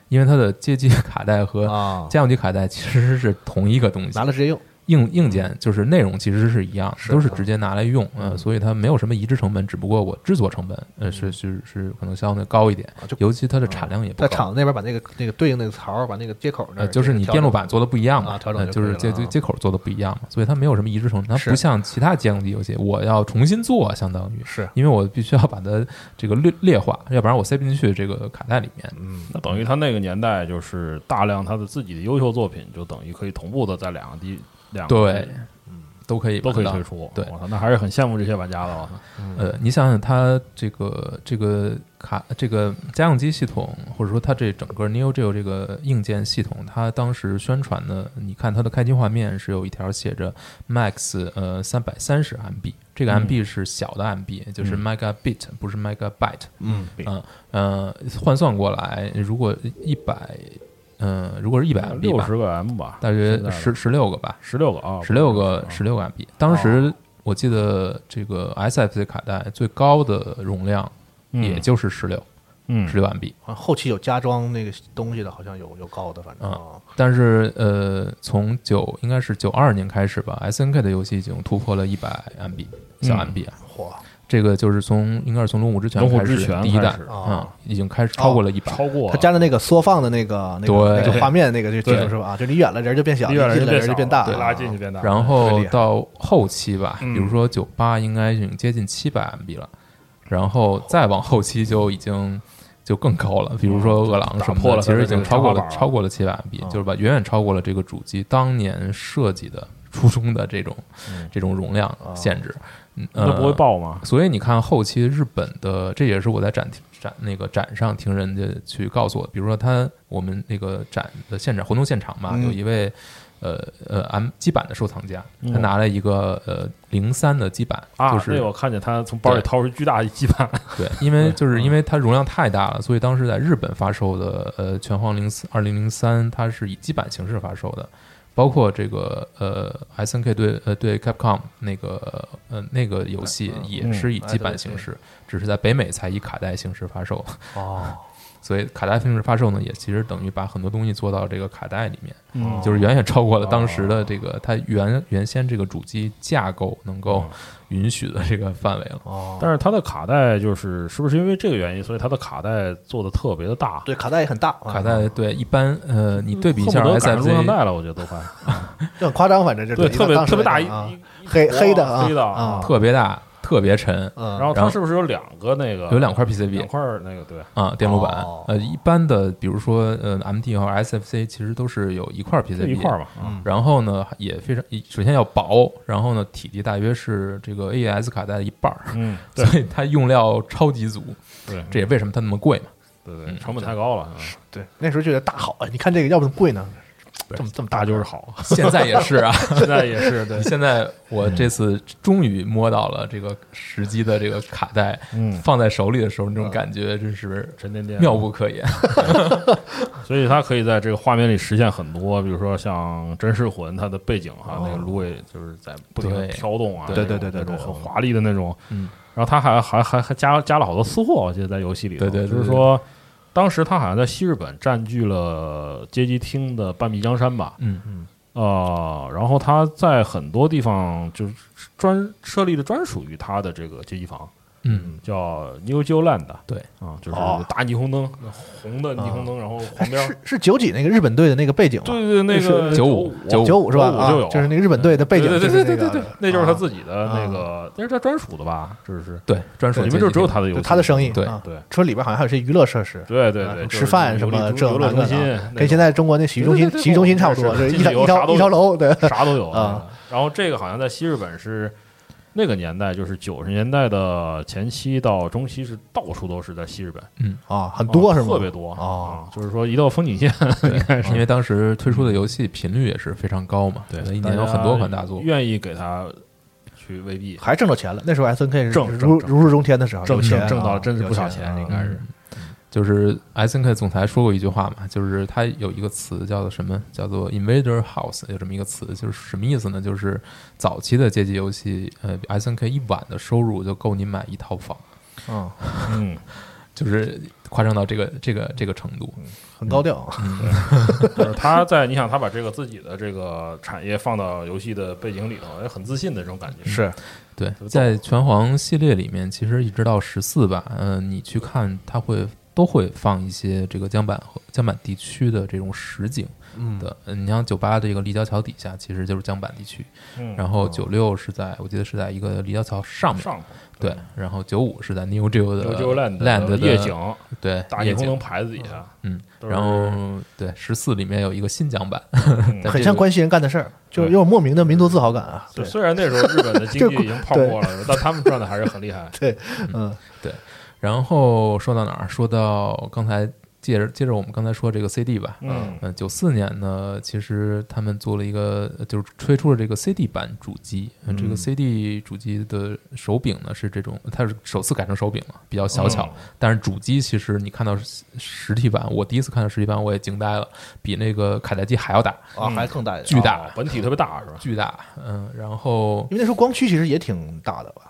F: 因为它的街机卡带和
E: 啊
F: 家用机卡带其实是同一个东西，
E: 拿了直接用，
F: 硬硬件就是内容其实是一样，都是直接拿来用，
E: 嗯
F: 呃，所以它没有什么移植成本，只不过我制作成本，呃，是是是可能相对高一点
E: 啊就，嗯
F: 尤其它的产量也不
E: 在
F: 高
E: 厂，子那边把那个那个对应那个槽儿，把那个接口那
F: 呃，
E: 儿
F: 就是你
E: 调
F: 电路
E: 整
F: 板做的不一样嘛
E: 啊，调整
F: 呃
E: 就
F: 就是
E: 可以
F: 接
E: 了
F: 接
E: 啊
F: 接口做的不一样嘛，所以它没有什么移植成本，它不
E: 是
F: 像其他家用机游戏，我要重新做，相当于
E: 是
F: 因为我必须要把它这个劣劣化，要不然我塞不进去这个卡带里面，
E: 嗯
G: 那等于他那个年代就是大量他的自己的优秀作品，就等于可以同步的在两个地两个
F: 对，都可以
G: 都可以
F: 玩到
G: 推出。
F: 对
G: 我操，那还是很羡慕这些玩家的。我操，
F: 呃，你想想它这个这个卡这个家用机系统，或者说它这整个 Neo Geo 这个硬件系统，它当时宣传的，你看它的开机画面是有一条写着 Max 呃三百三十 MB，这个
G: 嗯
F: MB 是小的 MB，、就是 Megabit 不是 Megabyte，
E: 嗯，
F: 嗯呃换算过来，如果一百嗯如果是一百 MB
G: 六
F: 吧，
G: 十个 M 吧，
F: 大约十十六个吧，
G: 十六个啊，
F: 十六个十六个 MB。当时
G: 哦
F: 我记得这个 SFC 卡带最高的容量
G: 嗯
F: 也就是十六
G: 嗯
F: 十六 MB
E: 啊后期有加装那个东西的，好像有有高的，反正
F: 啊。但是呃，从九应该是九二年开始吧，SNK 的游戏已经突破了一百 MB 小 MB 啊。
E: 嚯，
F: 这个就是从应该是从龙虎之
G: 嗯
F: 拳
G: 龙虎
F: 开
G: 之
F: 始
G: 拳
F: 第一
G: 开
F: 代
G: 始哦
F: 啊，已经开始超过了一百。
G: 超过
E: 它加的那个缩放的那个那个
F: 对
E: 那个画面那个就技
F: 对
E: 术是吧？啊，就离远了人就变小，
G: 离远
E: 离近了
G: 人
E: 人就变大，
G: 对，
E: 啊
G: 拉近就变大。
F: 然
E: 特别
F: 后
E: 厉害
F: 到后期吧，
G: 啊嗯
F: 比如说九八应该已经接近七百 MB 了，然后再往后期就已经就更高了，比如说
G: 嗯
F: 饿狼什
G: 打
F: 么
G: 破
F: 的，
G: 了
F: 其实
G: 它
F: 已
G: 的这
F: 经
G: 个
F: 超
G: 天花
F: 过了
G: 板了嗯
F: 超过了七百 MB，就是吧，远远超过了这个主机当年设计的初衷的这种这种容量限制，嗯
G: 嗯啊那不会
F: 呃
G: 爆吗？
F: 所以你看，后期日本的，这也是我在展展那个展上听人家去告诉我，比如说他我们那个展的现场活动现场嘛，
E: 嗯
F: 有一位呃呃 M 基板的收藏家，他拿了一个呃零三的基板，
G: 啊，
F: 就是
G: 那我看见他从包里掏出巨大一鸡板，
F: 对，因为
G: 嗯
F: 就是因为它容量太大了，所以当时在日本发售的呃拳皇零四二零零三，它是以基板形式发售的，包括这个呃 S N K 对呃对 Capcom 那个呃那个游戏
G: 嗯
F: 也是以基
G: 啊
F: 板形式，只是在北美才以卡带形式发售。
G: 哦，
F: 所以卡带形式发售呢，也其实等于把很多东西做到这个卡带里面，
G: 嗯哦
F: 就是远远超过了当时的这个它原原先这个主机架构能
G: 嗯
F: 够允许的这个范围了。
G: 但是它的卡带就是是不是因为这个原因，所以它的卡带做的特别的大，
E: 对，卡带也很大，
F: 卡带对一般呃，你对比一下
G: 啊恨不得赶上录像
F: SFC，
G: 带了，我觉得都快
E: 就很夸张，反正这
G: 对特别特别大一
E: 啊
G: 一，一
E: 黑
G: 坨
E: 黑的啊
G: 黑的
E: 啊
F: 特别大，特别沉，
E: 嗯，
G: 然后
F: 然
G: 它
F: 后
G: 是不是有两个那个
F: 有两块
G: 两
F: PCB
G: 块儿那个对
F: 啊，电路板
E: 哦。
F: 呃，一般的，比如说呃，MT 和 SFC 其实都是有一块
G: 就
F: PCB，
G: 一块儿嘛，啊
F: 然后呢，也非常首先要薄，然后呢，体积大约是这个 AES 卡带的一半儿，
G: 嗯，对
F: 所以它用料超级足。
G: 对
F: 这也为什么它那么贵嘛。
G: 对对，
F: 嗯
G: 成本太高了，啊
E: 对，那时候觉得大好啊，你看这个要不贵呢，这么这么
G: 大
E: 大
G: 就
E: 就是是
G: 好，
F: 现在也是啊，
G: 现在也是对，
F: 现在我这次终于摸到了这个时机的这个卡带，
G: 嗯
F: 放在手里的时候，那种感觉真是
G: 沉甸甸
F: 妙不可言。
G: 所以它可以在这个画面里实现很多，比如说像《真是魂》，它的背景啊，那个芦苇就是在不停的
F: 哦对
G: 飘动啊，
F: 对
G: 那
E: 对对
G: 种
E: 对
G: 那种
E: 对对
G: 很华丽的那种。
F: 嗯，
G: 然后它还还还还加加了好多私货，我记得在游戏里头，
F: 对对对
G: 就是
F: 对
G: 说当时它好像在西日本占据了街机厅的半壁江山吧，
F: 嗯
G: 呃，然后它在很多地方就是专设立了专属于它的这个街机房，
F: 嗯，
G: 叫 New Zealand。
F: 对啊
G: 啊，就是
E: 哦
G: 大霓虹灯，那红的霓虹灯，然后旁边
E: 是是九几那个日本队的那个背景吗？
G: 对对，那个
F: 是95
G: 九
E: 九五是吧？
G: 五就有，
E: 啊，就是那个日本队的背景，
G: 对对
E: 就是
G: 对
E: 那个
G: 对对对，那就是他
E: 啊
G: 自己的那个，那是他专属的吧？这是
F: 对，专属
G: 里面就只有他
F: 的
G: 的游
E: 就
G: 戏，
E: 他的生意，
F: 对
E: 啊
G: 对
E: 除了里边好像还有些娱乐设施，
G: 对对
E: 啊
G: 对，就是
E: 吃饭什
G: 游
E: 么
G: 历
E: 这
G: 游乐中
E: 那
G: 心
E: 个啊，跟
G: 那
E: 现
G: 种
E: 在中国那洗浴中心、
G: 对对对
E: 洗浴中心差不多，
G: 是
E: 就是一条
G: 进去以后
E: 一
G: 啥
E: 条
G: 都有
E: 一条楼，对，
G: 啥都有
E: 啊。
G: 然后这个好像在西日本是那个年代，就是九十年代的前期到中期是到处都是在西日本，
E: 啊，很多
G: 啊
E: 是吗？
G: 特别多
E: 哦
G: 啊，就是说一到风景线应该是
F: 因为当时推出的游戏频率也是非常高嘛，对，一年有很多款大作。
G: 愿意给他去未必
E: 还挣着钱了。那时候 S N K
G: 挣
E: 如
G: 挣
E: 如日中天的时候，
G: 挣
E: 有钱
G: 挣挣到
E: 啊
G: 了真是不少
E: 有
G: 钱，
E: 啊
G: 应该是
F: 就是 S N K 总裁说过一句话嘛，就是他有一个词叫做什么，叫做 Invader House，有这么一个词，就是什么意思呢？就是早期的街机游戏，呃，S N K 一晚的收入就够你买一套房，
E: 嗯，
G: 嗯，
F: 就是夸张到这个这个这个程度。
E: 很高调。
G: 嗯
E: 啊
G: 就是他在你想他把这个自己的这个产业放到游戏的背景里头，也很自信的这种感觉。
E: 是
F: 对，在拳皇系列里面，其实一直到十四吧，嗯、你去看，它会都会放一些这个江板和江板地区的这种实景的。嗯，你像九八这个立交桥底下，其实就是江板地区，
G: 嗯
F: 然后九六是在我记得是在一个立交桥上面，
G: 上头
F: 对，然后九五是在 New Geo 的
G: New Zealand 的
F: Land 的
G: 夜景，
F: 对，
G: 大
F: 夜
G: 霓虹
F: 景
G: 灯，牌子啊底下，
F: 嗯，
G: 都是
F: 然后对十四里面有一个新江板，
G: 嗯
F: 在
E: 很
F: 这
E: 像
F: 个
E: 关西人干的事儿，就是
G: 对
E: 有种莫名的民族自豪感啊。
G: 就
E: 对，
G: 虽然那时候日 本的经济已经泡沫了，但他们赚的还是很厉 害。
E: 嗯，
F: 然后说到哪儿？说到刚才接着接着我们刚才说这个 CD 吧。
G: 嗯
F: 呃，九四年呢，其实他们做了一个，呃就是推出了这个 CD 版主机。嗯、这个 CD 主机的手柄呢是这种，它是首次改成手柄了，比较小巧。但是主机其实你看到实实体版，我第一次看到实体版我也惊呆了，比那个卡带机还要大，
E: 啊，还更大一点，
F: 巨大
G: 啊本体特别大是吧？
F: 巨大。嗯、然后
E: 因为那时候光驱其实也挺大的吧？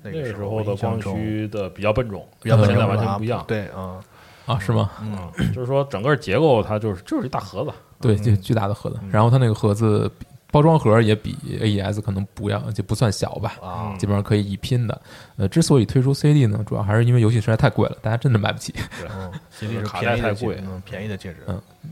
E: 那
G: 那
E: 个
G: 时
E: 我
G: 候的
E: 印象
G: 光
E: 中
G: 驱的比较笨重，
E: 比较笨
G: 现在
E: 重
G: 完
E: 了
G: 全
E: 啊
G: 不一样。
E: 对啊，
F: 啊，是吗？
G: 嗯，就是说整个结构它就是就是一大盒子，
E: 嗯
F: 对，就巨大的盒子。然后它那个盒子包装盒也比 AES 可能不要就不算小吧，
E: 啊
F: 基本上可以一拼的。呃，之所以推出 CD 呢，主要还是因为游戏实在太贵了，大家真的买不起。
E: CD 嗯是
G: 嗯卡
E: 便
G: 带
E: 宜的
G: 太
E: 戒
G: 贵
E: 指嗯，便宜的戒指，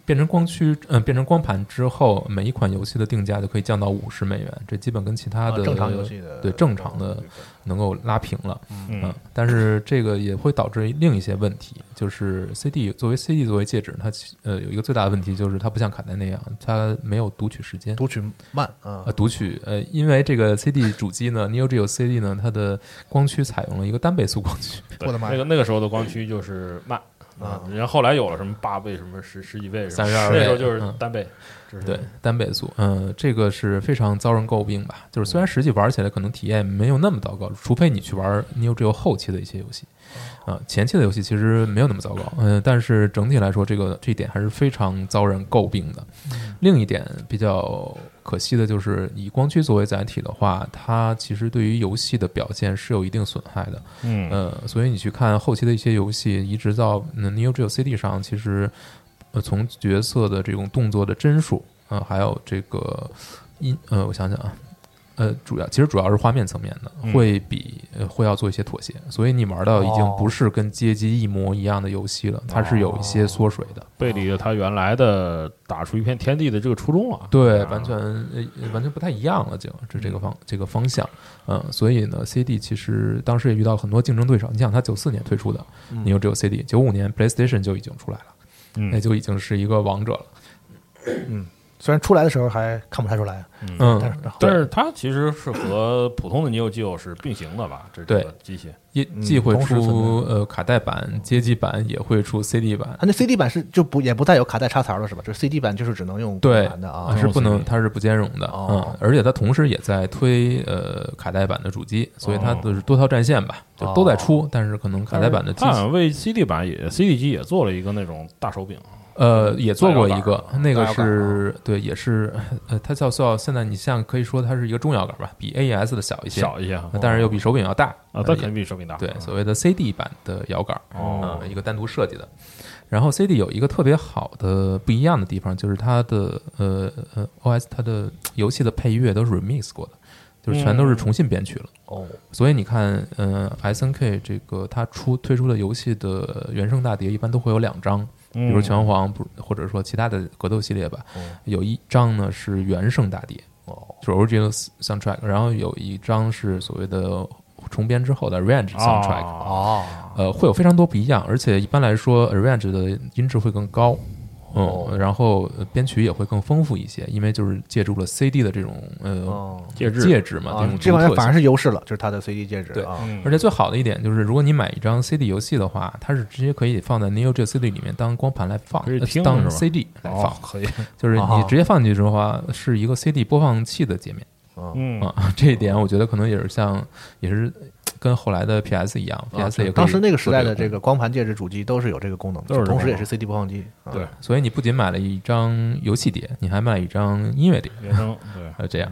F: 变成光驱，嗯、变成光盘之后，每一款游戏的定价就可以降到五十美元，这基本跟其他
E: 啊
F: 的、
E: 正常游戏的嗯
F: 对正常的能够拉平了。
G: 嗯
F: 嗯，但是这个也会导致另一些问题，就是 CD 作为 CD 作为介质，它其呃有一个最大的问题就是它不像卡带那样，它没有读取时间。
E: 读取慢啊
F: 呃，，读取呃，因为这个 CD 主机呢，Neo Geo CD 呢，它的光驱采用了一个单倍速光驱，
G: 对
E: 我的妈呀
G: 那个那个时候的光驱就是慢啊，然后后来有了什么八倍、什么十十几倍、
F: 32
G: 倍，
F: 倍
G: 那时候就是
F: 嗯
G: 单倍，就是
F: 对，单倍速，嗯、这个是非常遭人诟病吧？就是虽然实际玩起来可能体验没有那么糟糕，除非你去玩 Neo Geo 后期的一些游戏，啊、前期的游戏其实没有那么糟糕，嗯、但是整体来说，这个这一点还是非常遭人诟病的。另一点比较可惜的就是，以光驱作为载体的话，它其实对于游戏的表现是有一定损害的。
G: 嗯
F: 呃，所以你去看后期的一些游戏，移植到嗯 Neo Geo CD 上，其实呃从角色的这种动作的帧数，啊、还有这个音，呃，我想想啊。呃，主要其实主要是画面层面的，会比、呃会要做一些妥协，所以你玩到已经不是跟街机一模一样的游戏了，它是有一些缩水的。
G: 背离了他原来的打出一片天地的这个初衷啊了。
F: 对，
E: 啊
F: 完全呃完全不太一样了，就这这个方这个方向，嗯，所以呢，CD 其实当时也遇到了很多竞争对手。你想，它九四年推出的，
E: 嗯
F: 你又只有 CD，九五年 PlayStation 就已经出来了，
G: 嗯
F: 那就已经是一个王者了。
E: 虽然出来的时候还看不太出来，啊但
F: 嗯，
E: 是
G: 但是它其实是和普通的 Neo Geo 是并行的吧？这这
F: 对
G: 个机器
F: 也既会
E: 嗯同时存
F: 出呃卡带版、街机版，也会出 CD 版
E: 它。那 CD 版是就不也不带有卡带插槽了是吧？就是 CD 版就是只能用
F: 对
E: 盘的啊，
F: 是不能，
G: CD
F: 它是不兼容的，
E: 哦
F: 嗯，而且它同时也在推呃卡带版的主机，所以它
E: 哦
F: 就是多条战线吧，就都在出，但是可能卡带版的机
G: 它好
F: 器
G: 像为 CD 版也 CD 机也做了一个那种大手柄，
F: 呃，也做过一个
G: 大摇杆，
F: 那个是对，也是 呃，它叫叫现在你像可以说它是一个中摇杆吧，比 AES 的小一些，
G: 小一些哈，
F: 呃但是又比手柄要大
G: 啊，
F: 呃
G: 但肯定比手柄大。嗯
F: 对，所谓的 CD 版的摇杆，
G: 哦
F: 呃一个单独设计的。然后 CD 有一个特别好的不一样的地方，就是它的呃呃 OS 它的游戏的配乐都是 remix 过的，就是全都是重新编曲了。
E: 哦，
F: 所以你看，嗯、s N K 这个它出推出的游戏的原声大碟一般都会有两张，比如拳皇不或者说其他的格斗系列吧，有一张呢是原声大碟，就是 original soundtrack，然后有一张是所谓的重编之后的 arrange soundtrack，、
G: 哦，
F: 呃，会有非常多不一样，而且一般来说，arrange 的音质会更高，嗯，
G: 哦
F: 然后呃编曲也会更丰富一些，因为就是借助了 CD 的这种呃、
G: 介质
F: 介质嘛，
E: 哦啊
F: 种，
E: 这方面
F: 独特
E: 反而
F: 性
E: 是优势了，就是它的 CD 戒指
F: 对嗯
E: 啊，
G: 嗯
F: 而且最好的一点就是，如果你买一张 CD 游戏的话，它是直接可以放在 Neo Geo CD 里面当光盘来放，
G: 可以听
F: 呃
G: 是吧
F: 当 CD 来放，
G: 哦可以，
F: 就是
E: 哦
F: 你直接放进去的话，是一个 CD 播放器的界面
G: 嗯
F: 啊、这一点我觉得可能也是像，也是跟后来的 PS 一样
E: 啊
F: ，PS 也可以
E: 当时那个时代的
F: 做
E: 这个光盘戒指主机都是有这个功能的，
G: 都是这
E: 同时
G: 功
E: 也
G: 能
E: 是 CD 播放机，啊
G: 对
F: 功能，所以你不仅买了一张游戏碟，你还买了一张音乐碟，
G: 原声 对。
F: 呃，这样，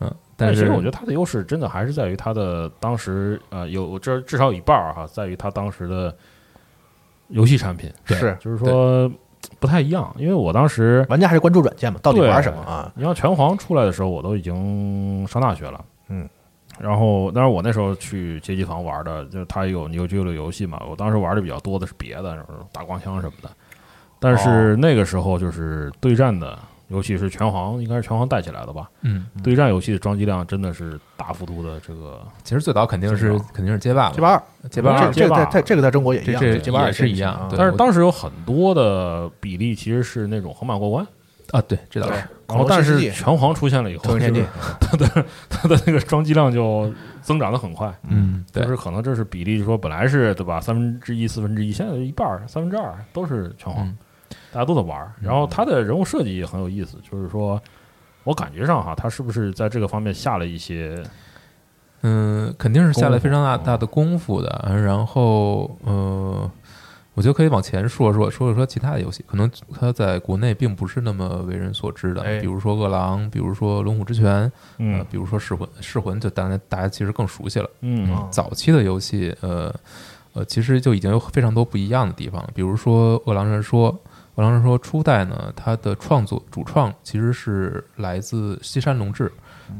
F: 嗯，
G: 但
F: 但
G: 其
F: 是
G: 实我觉得它的优势真的还是在于它的当时呃有这至少有一半儿哈，在于它当时的游戏产品，
F: 对
E: 是
G: 就是说不太一样。因为我当时
E: 玩家还是关注软件嘛，到底
G: 对
E: 玩什么啊？
G: 你像拳皇出来的时候，我都已经上大学了，
E: 嗯。
G: 然后，当然我那时候去街机房玩的，就是它有牛这的游戏嘛。我当时玩的比较多的是别的，什么打光枪什么的。但是那个时候就是对战的，尤其是拳皇，应该是拳皇带起来的吧？
F: 嗯，
G: 对战游戏的装机量真的是大幅度的这个
F: 其实最早肯定是
G: 正常
F: 肯定是街霸了，
E: 街霸二，
F: 街霸
G: 这
E: 这
F: 二，
G: 街
E: 个
G: 霸
E: 在在这个在中国也一
F: 这
E: 样，
F: 这
E: 街霸二
F: 也是
E: 也
F: 一样
E: 啊
F: 对
G: 但
F: 我
G: 是当时有很多的比例其实是那种横版过关，
F: 啊，对，这倒是，
G: 然后
E: 恐龙
G: 但
E: 世
G: 是
E: 纪
G: 拳皇出现了以
E: 成
G: 后，
E: 为
G: 就
E: 天地
G: 是，它的它的那个装机量就增长的很快，
F: 嗯，对
G: 就，是可能这是比例，说本来是对吧，三分之一、四分之一，现在一半儿、三分之二都是拳皇
F: 嗯，
G: 大家都在玩儿。然后它的人物设计也很有意思，就是说我感觉上哈，它是不是在这个方面下了一些
F: 嗯，肯定是下了非常
G: 功
F: 大
G: 夫
F: 大的功夫的。然后，呃，我觉得可以往前说说说一说其他的游戏，可能它在国内并不是那么为人所知的，
E: 哎
F: 比如说《饿狼》，比如说《龙虎之拳》，
G: 嗯
F: 呃，比如说《噬魂》，《噬魂》就大家大家其实更熟悉了。
G: 嗯
E: 嗯
F: 早期的游戏，呃呃，其实就已经有非常多不一样的地方了，比如说《饿狼传说》。我当时说，初代呢，它的创作主创其实是来自西山隆志，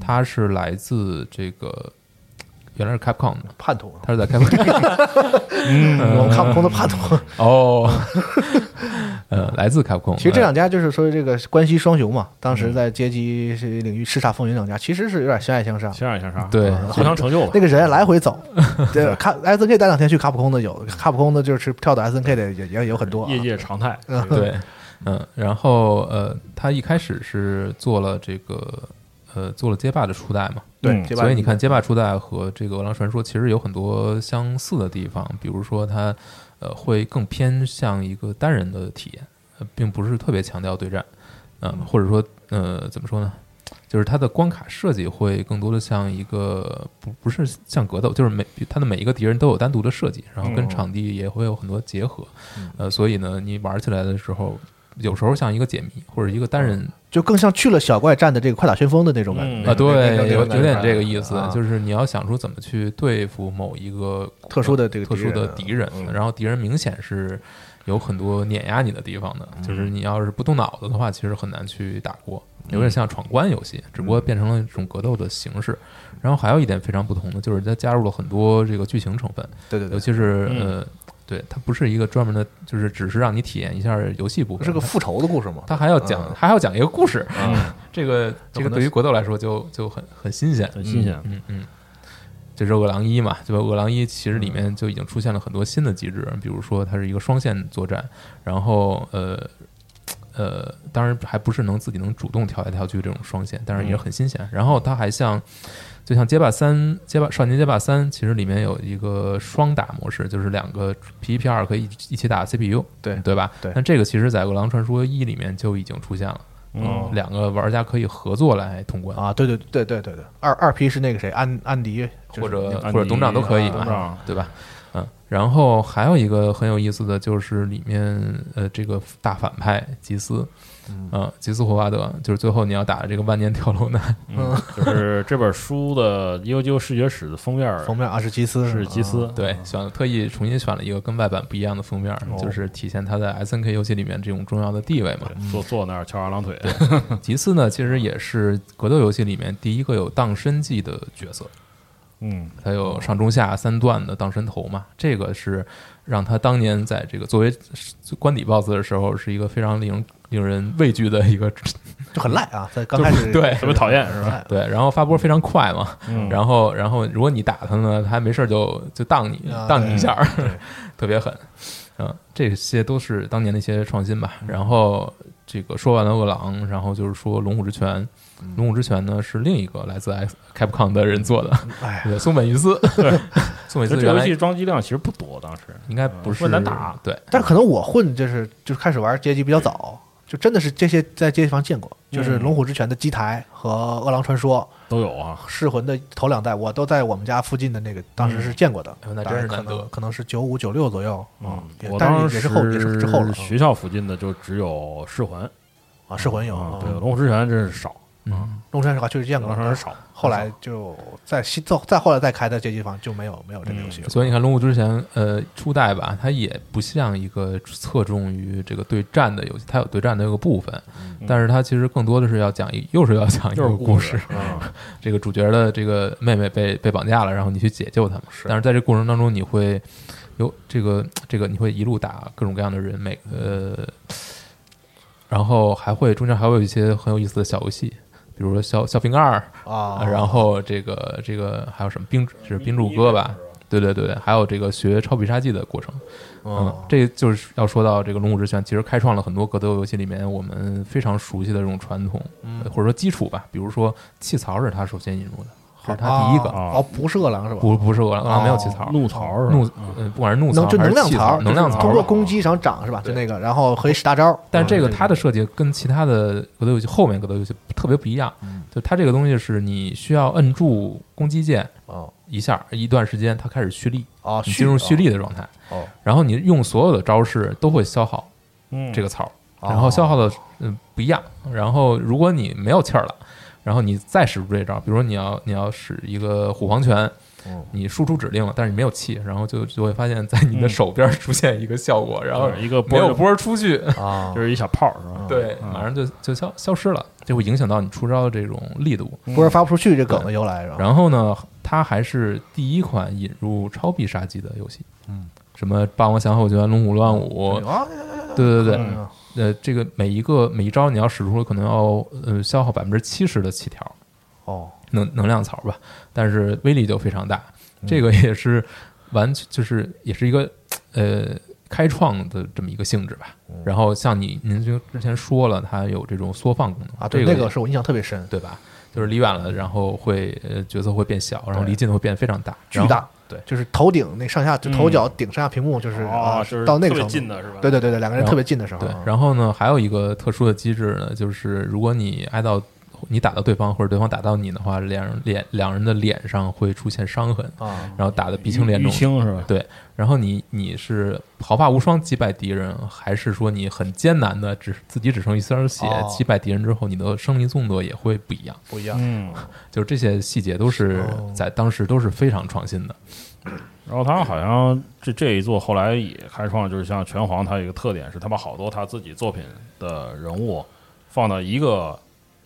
F: 他是来自这个原来是 Capcom 的，
E: 叛徒，
F: 他是在 Capcom
E: 我们看不空的叛徒。
F: 哦， 呃，来自 Capcom。
E: 其实这两家就是说这个关西双雄嘛，当
F: 嗯
E: 时在街机领域叱咤风云两家，其实是有点相爱相杀。
G: 相爱相杀，
F: 对
G: 呃互相成就吧
E: 那。个人来回走， 对，卡 S N K 待两天去卡普空的有，卡普空的就是跳到 S N K 的也也有很多啊、
G: 业界常态，
F: 对，嗯，然后呃，他一开始是做了这个呃，做了街霸的初代嘛，
E: 对，
G: 嗯
E: 对吧？
F: 所以你看街霸初代和这个《饿狼传说》其实有很多相似的地方，比如说它呃会更偏向一个单人的体验，呃并不是特别强调对战，嗯、或者说呃怎么说呢？就是它的关卡设计会更多的像一个不不是像格斗，就是每它的每一个敌人都有单独的设计，然后跟场地也会有很多结合，呃，所以呢，你玩起来的时候，有时候像一个解谜或者一个单人
E: 就更像去了小怪站的这个快打旋风的那种感觉
G: 嗯
F: 啊，对，
E: 那
F: 有
E: 个
F: 有
E: 那个
F: 点这个意思
E: 啊，
F: 就是你要想出怎么去对付某一个
E: 特殊的这个
F: 特殊的敌人，
E: 嗯
F: 然后敌人明显是有很多碾压你的地方的，
E: 嗯
F: 就是你要是不动脑子的话，其实很难去打过，有
E: 嗯
F: 点像闯关游戏，只不过变成了一种格斗的形式。然后还有一点非常不同的就是它加入了很多这个剧情成分，
E: 对对对嗯
F: 尤，其是呃，对，它不是一个专门的，就是只是让你体验一下游戏部分，
E: 是个
F: 它
E: 复仇的故事嘛？
F: 他还要讲，
G: 嗯
F: 还要讲一个故事， 这个这个对于格斗来说就就很很新鲜，
G: 很新鲜
F: 嗯嗯嗯，这是《饿狼一》嘛，对吧？《饿狼一》其实里面就已经出现了很多新的机
G: 嗯
F: 制，比如说它是一个双线作战，然后呃呃，当然还不是能自己能主动跳来跳去这种双线，但是也很新
G: 嗯
F: 鲜。然后它还像。就像街霸三、街霸少年街霸三，其实里面有一个双打模式，就是两个 P 一 P 二可以一一起打 CPU，
E: 对
F: 对吧？
E: 对
F: 但这个其实，在《饿狼传说一》里面就已经出现了，嗯，两个玩家可以合作来通关，
E: 哦啊，对对对对对对，二二批是那个谁，安安迪就是啊
F: 或者
G: 安
F: 或者
G: 迪
F: 董长都可以
G: 董
F: 嘛
G: 长，
F: 对吧？嗯，然后还有一个很有意思的就是里面呃这个大反派吉斯，嗯，吉斯霍华德就是最后你要打的这个万年跳楼
E: 哦
F: 男，
G: 嗯，就是这本书的《幽究视觉史》的封面
E: 封面阿什基斯
G: 是基斯，
F: 啊对，选了特意重新选了一个跟外版不一样的封面，
E: 哦
F: 就是体现他在 S N K 游戏里面这种重要的地位嘛。
E: 嗯
G: 坐坐那儿翘二郎腿，
F: 吉斯呢，其实也是格斗游戏里面第一个有荡身技的角色，
G: 嗯，
F: 它有上中下三段的荡神头嘛，这个是让他当年在这个作为官邸 BOSS 的时候，是一个非常令令人畏惧的一个
E: 就很赖啊，在刚开始
F: 对
G: 特别讨厌是吧？
E: 吧？
F: 对，然后发波非常快嘛，
G: 嗯
F: 然后然后如果你打他呢，他还没事儿就就荡你
E: 啊
F: 荡你一下儿
E: 对，
F: 特别狠，嗯，这些都是当年的一些创新吧。
G: 嗯
F: 然后这个说完了饿狼，然后就是说龙虎之拳，
G: 嗯
F: 龙虎之拳呢是另一个来自 X Capcom 的人做的，
E: 哎呀，
F: 对松本裕司，
G: 嗯
F: 松本裕
G: 这
F: 司
G: 个
F: 原
G: 游
F: 来
G: 戏装机量其实不多，当时
F: 应该不
G: 嗯
F: 是
G: 问难打，
F: 对，
E: 但是可能我混就是就是开始玩街机比较早，就真的是这些在街机房见过，
F: 嗯
E: 就是《龙虎之拳》的机台和《饿狼传说
G: 都有啊》。
E: 《噬魂》的头两代，我都在我们家附近的那个当时是见过的
F: 哎呦，那
E: 大
F: 真
E: 概
F: 是
E: 可
F: 难得嗯
E: 能可能是九五九六左右啊，也
G: 嗯我
E: 但
G: 当
E: 是
G: 时
E: 也是后也是之后了啊
G: 学校附近的就只有噬魂
E: 啊，《噬魂》有
G: 啊
E: 啊，，
G: 对，龙虎之拳真是少，
F: 嗯，
E: 龙山是吧？确实见
G: 龙
E: 过，
G: 虎之
E: 但
G: 拳
E: 是
G: 少，
E: 哦后来就在西再再后来再开的街机房就没有没有这个游戏了。
F: 所以你看《龙虎之前》呃初代吧，它也不像一个侧重于这个对战的游戏，它有对战的一个部分，但是它其实更多的是要讲一，又是要讲一
G: 嗯就是
F: 个
G: 故
F: 事。
E: 嗯
G: 啊，
F: 这个主角的这个妹妹被被绑架了，然后你去解救他们。但是在这过程当中，你会有这个这个，你会一路打各种各样的人，每呃，然后还会中间还会有一些很有意思的小游戏，比如说小小饼干儿，
E: 啊
G: 哦
F: 啊，然后这个这个还有什么冰就是冰柱哥吧，对对对，还有这个学超必杀技的过程，嗯，
E: 哦
F: 这就是要说到这个《龙虎之拳》，其实开创了很多格斗游戏里面我们非常熟悉的这种传统，
E: 嗯
F: 呃或者说基础吧，比如说气槽是他首先引入的，这是他第一个，
G: 啊
E: 哦，不是饿狼是吧？
F: 不不是我，啊没有气槽，
G: 哦怒槽是吧？
F: 怒呃不管是怒槽
E: 能就
F: 还
E: 能
F: 是
E: 量
F: 气
E: 槽，
F: 能量
E: 就是
F: 槽
E: 通过
F: 吧
E: 攻击然后涨是吧？就那个，然后可以使大招。
F: 但
G: 嗯
F: 这个它的设计跟其他的格斗游戏后面格斗游戏特别不一样，
E: 嗯
F: 就它这个东西是你需要摁住攻击键
E: 哦
F: 一下一段时间，它开始蓄力
E: 哦
F: 你
E: 蓄
F: 进入蓄
E: 哦
F: 力的状态
E: 哦，
F: 然后你用所有的招式都会消耗
G: 嗯
F: 呃这个槽，然后消耗的嗯不一样，然后如果你没有气儿了。然后你再使出这一招，比如说你要你要使一个虎皇拳，你输出指令了，但是你没有气，然后就就会发现在你的手边出现一个效果，然后
G: 嗯一个
F: 没
G: 波
F: 有
G: 就
F: 波儿出去，
H: 啊，
G: 就是一小炮是
E: 嗯
G: 吧？
F: 对，马上就就消消失了，就会影响到你出招的这种力度。
E: 不是发不出去这梗的由来，然后
F: 然后呢，它还是第一款引入超必杀技的游戏。嗯，什么霸王降后拳、龙虎乱舞，
E: 啊，
F: 对对对，
E: 嗯
F: 呃，这个每一个每一招你要使出，可能要呃消耗百分之七十的气条
E: 哦，
F: 能能量槽吧，但是威力就非常大。
E: 嗯
F: 这个也是完全就是也是一个呃开创的这么一个性质吧。
E: 嗯
F: 然后像你您就之前说了，它有这种缩放功能
E: 啊，对，
F: 这
E: 那
F: 也
E: 个是我印象特别深，
F: 对吧？就是离远了，然后会呃角色会变小，然后
E: 对
F: 离近的会变得非常大，
E: 巨
F: 然
E: 大
F: 后。，对，
E: 就是头顶那上下，就头脚顶上下屏幕，就是
G: 啊，
E: 啊
G: 就是，
E: 到那个程
G: 特别
E: 度
G: 近的是吧？
E: 对对对对，两个人
F: 然后
E: 特别近的时候，
F: 对
E: 啊，
F: 然后呢，还有一个特殊的机制呢，就是如果你挨到你打到对方或者对方打到你的话，两人脸两人的脸上会出现伤痕，
E: 啊
F: 然后打的鼻青脸
G: 淤
F: 肿。
G: 青是吧？
F: 对，然后你你是毫发无伤击败敌人，还是说你很艰难的只自己只剩一丝儿血、
E: 哦
F: 击败敌人之后，你的生命动作也会不一样？
E: 不一样，
G: 嗯，
F: 就是这些细节都是
E: 哦
F: 在当时都是非常创新的。
G: 然后他好像这这一作后来也开创，就是像拳皇，它有一个特点是，他把好多他自己作品的人物放到一个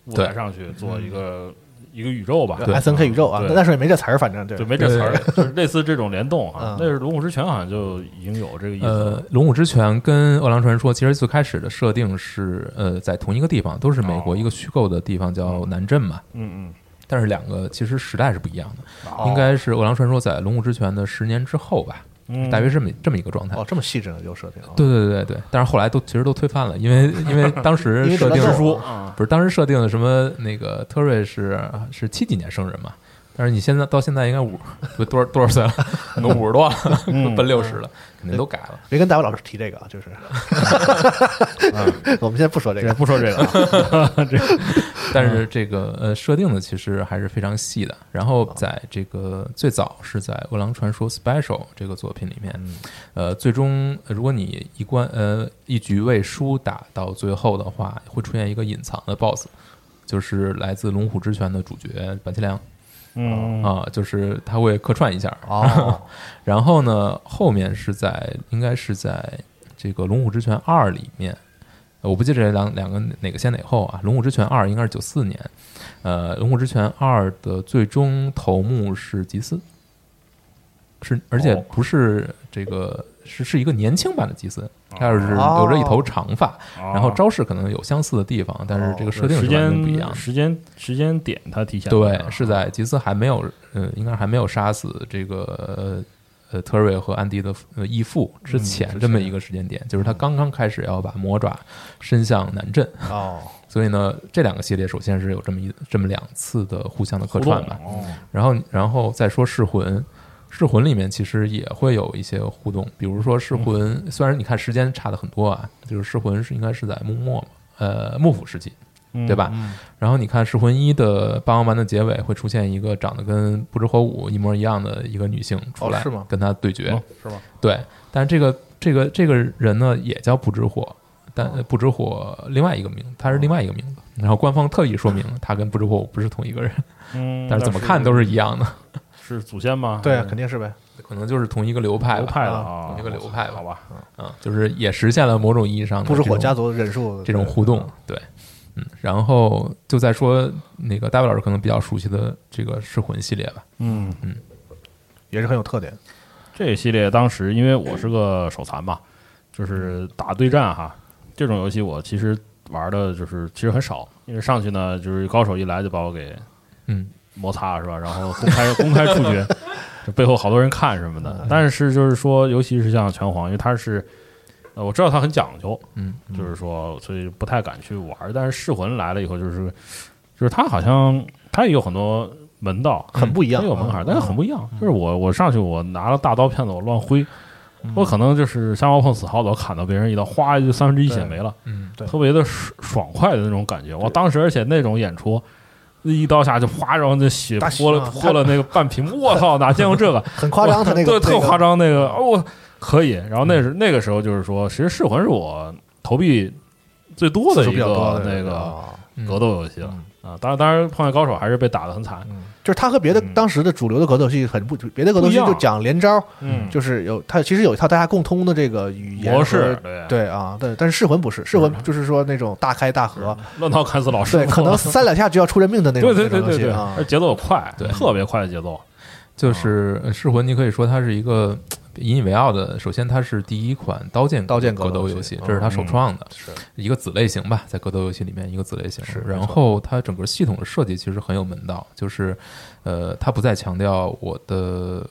G: 舞台
F: 对
G: 上去做一个一个宇宙吧，
E: 嗯 S N K 宇宙啊，
G: 对
E: 那那时候也没这词儿，反正对
G: 就，没这词儿，
F: 对
G: 就是类似这种联动
E: 嗯。
G: 啊那是龙虎之拳好像就已经有这个意思
F: 呃
G: 了，，
F: 龙武之泉跟饿狼传说其实最开始的设定是呃在同一个地方，都是美国一个虚构的地方叫南镇嘛，
G: 嗯
F: 但是两个其实时代是不一样的，
E: 哦
F: 应该是饿狼传说在龙武之泉的十年之后吧，
G: 嗯，
F: 大约是这么这么一个状态
E: 哦。这么细致的有设定啊，
F: 对对对对，但是后来都其实都推翻了，因为因为当
E: 因为
F: 时设
E: 得
F: 定
E: 到
G: 书
E: 啊
G: 啊，
F: 不是当时设定的什么那个特瑞是是七几年生人嘛，但是你现在到现在应该五不多少多少岁了，可能五十多了， 奔六十了，肯定都改了。
E: 别跟大伟老师提这个啊，就是， 我们现在不说这
G: 这
E: 个，
G: 嗯不说这个了，
F: 但是这个呃设定的其实还是非常细的。然后在这个最早是在《饿狼传说 Special》这个作品里面，呃，最终呃如果你一关呃一局未输打到最后的话，会出现一个隐藏的 BOSS，就是来自《龙虎之拳》的主角板崎良
G: 嗯
F: 啊、就是他会客串一下。
E: 哦，
F: 然后呢，后面是在应该是在这个《龙虎之拳二》里面，呃我不记得这两两个哪个先哪后啊，《龙虎之拳二》应该是九四年，呃，《龙虎之拳二》的最终头目是吉斯，是而
G: 哦
F: 且不是这个是是一个年轻版的吉斯，他是
E: 哦
F: 留着一头长发，
G: 哦
F: 然后招式可能有相似的地方，但是这个设定
G: 时
F: 是完呃全不一样
G: 间啊
F: 的。
G: 时间时间点他提前了
F: 对，是在吉斯还没有，呃，应该还没有杀死这个呃呃特瑞和安迪的呃义父之
G: 嗯
F: 前这么一个时间点，就是他刚刚开始要把魔爪伸向南镇，
E: 哦，
F: 所以呢，这两个系列首先是有这么一这么两次的互相的客
G: 互
F: 串
G: 动
F: 吧，
G: 哦
F: 然后然后再说噬魂。噬魂里面其实也会有一些互动，比如说噬
E: 嗯
F: 魂，虽然你看时间差的很多啊，就是噬魂是应该是在幕末嘛，呃幕府时期，
E: 嗯
F: 对吧？然后你看《噬魂一》的霸王丸的结尾会出现一个长得跟不知火舞一模一样的一个女性出来，
E: 哦是吗
F: 跟她对决，
G: 哦
E: 是吗？
F: 对，但这个这个这个人呢也叫不知火，但
E: 哦
F: 呃不知火另外一个名，他是另外一个名字。然后官方特意说明他跟不知火舞不是同一个人，
G: 嗯，
F: 但是怎么看都是一样的，
G: 是祖先吗？
E: 对啊，肯定是呗，
F: 可能就是同一个流派吧
G: 流派的
E: 啊
G: 啊
F: 同，一个流派吧
G: 好吧，
F: 嗯，就是也实现了某种意义
G: 嗯
F: 上的
E: 不是火
F: 这种
E: 家族忍术
F: 这种互动，对，嗯，然后就再说那个大卫老师可能比较熟悉的这个噬魂系列吧，
G: 嗯，
E: 也是很有特点，
G: 这一系列当时因为我是个手残嘛，就是打对战哈，这种游戏我其实玩的就是其实很少，因为上去呢就是高手一来就把我给
F: 嗯，
G: 摩擦是吧？然后公开公开处决，这背后好多人看什么
E: 嗯
G: 的。但是就是说，尤其是像拳皇，因为它是。呃，我知道它很讲究，
F: 嗯，
G: 就是说，所以不太敢去玩儿。但是噬魂来了以后，就是就是它好像它也有很多门道，
E: 很不一样嗯
G: 它有门槛，但是很不一样。就是我我上去，我拿了大刀片子，我乱挥，我可能就是瞎猫碰死耗子，我砍到别人一刀，哗就三分之一血没了，
F: 嗯，
E: 对
G: 特别的爽爽快的那种感觉。我当时而且那种演出。一刀下去，哗，然后那血
E: 大
G: 泼了
E: 血
G: 泼了那个 半屏幕，我操，哪见过这个？
E: 很 夸张，他那个嗯
G: 对特夸
E: 张，
G: 张那个哦，我可以。然后那是那个时候就是说，其实噬魂是我投币最多的
E: 次数
G: 一
E: 比较多
G: 个
E: 的
G: 那
E: 个嗯啊
G: 个格斗游戏了。啊，当然当然，荒野高手还是被打得很惨，
E: 就是它和别的
G: 嗯
E: 当时的主流的格斗游戏很不，别的格斗游戏
G: 不一样
E: 就讲连招，
G: 嗯，
E: 就是有它其实有一套大家共通的这个语言
G: 模式
E: 和
G: 对
E: 对啊，对，但是噬魂不是，噬魂就是说那种大开大合，
G: 乱刀砍死老师
E: 对，
G: 傅，
E: 可能三两下就要出人命的那种
G: 嗯对对
E: 那
G: 对
E: 种东
G: 对
E: 西
G: 对，
E: 啊
G: 而。节奏快，
F: 对
G: 特别快的节奏，
E: 啊
F: 就是呃《噬魂》，你可以说它是一个呃引以为傲的。首先，它是第一款刀剑
E: 刀剑
F: 格
E: 格斗
F: 斗
E: 游
F: 游
E: 戏嗯
F: 戏，这是它首创的，
E: 是
F: 一个子类型吧，在格斗游戏里面一个子类型。
E: 是没
F: 然
E: 错
F: 后它整个系统的设计其实很有门道，就是呃，它不再强调我的。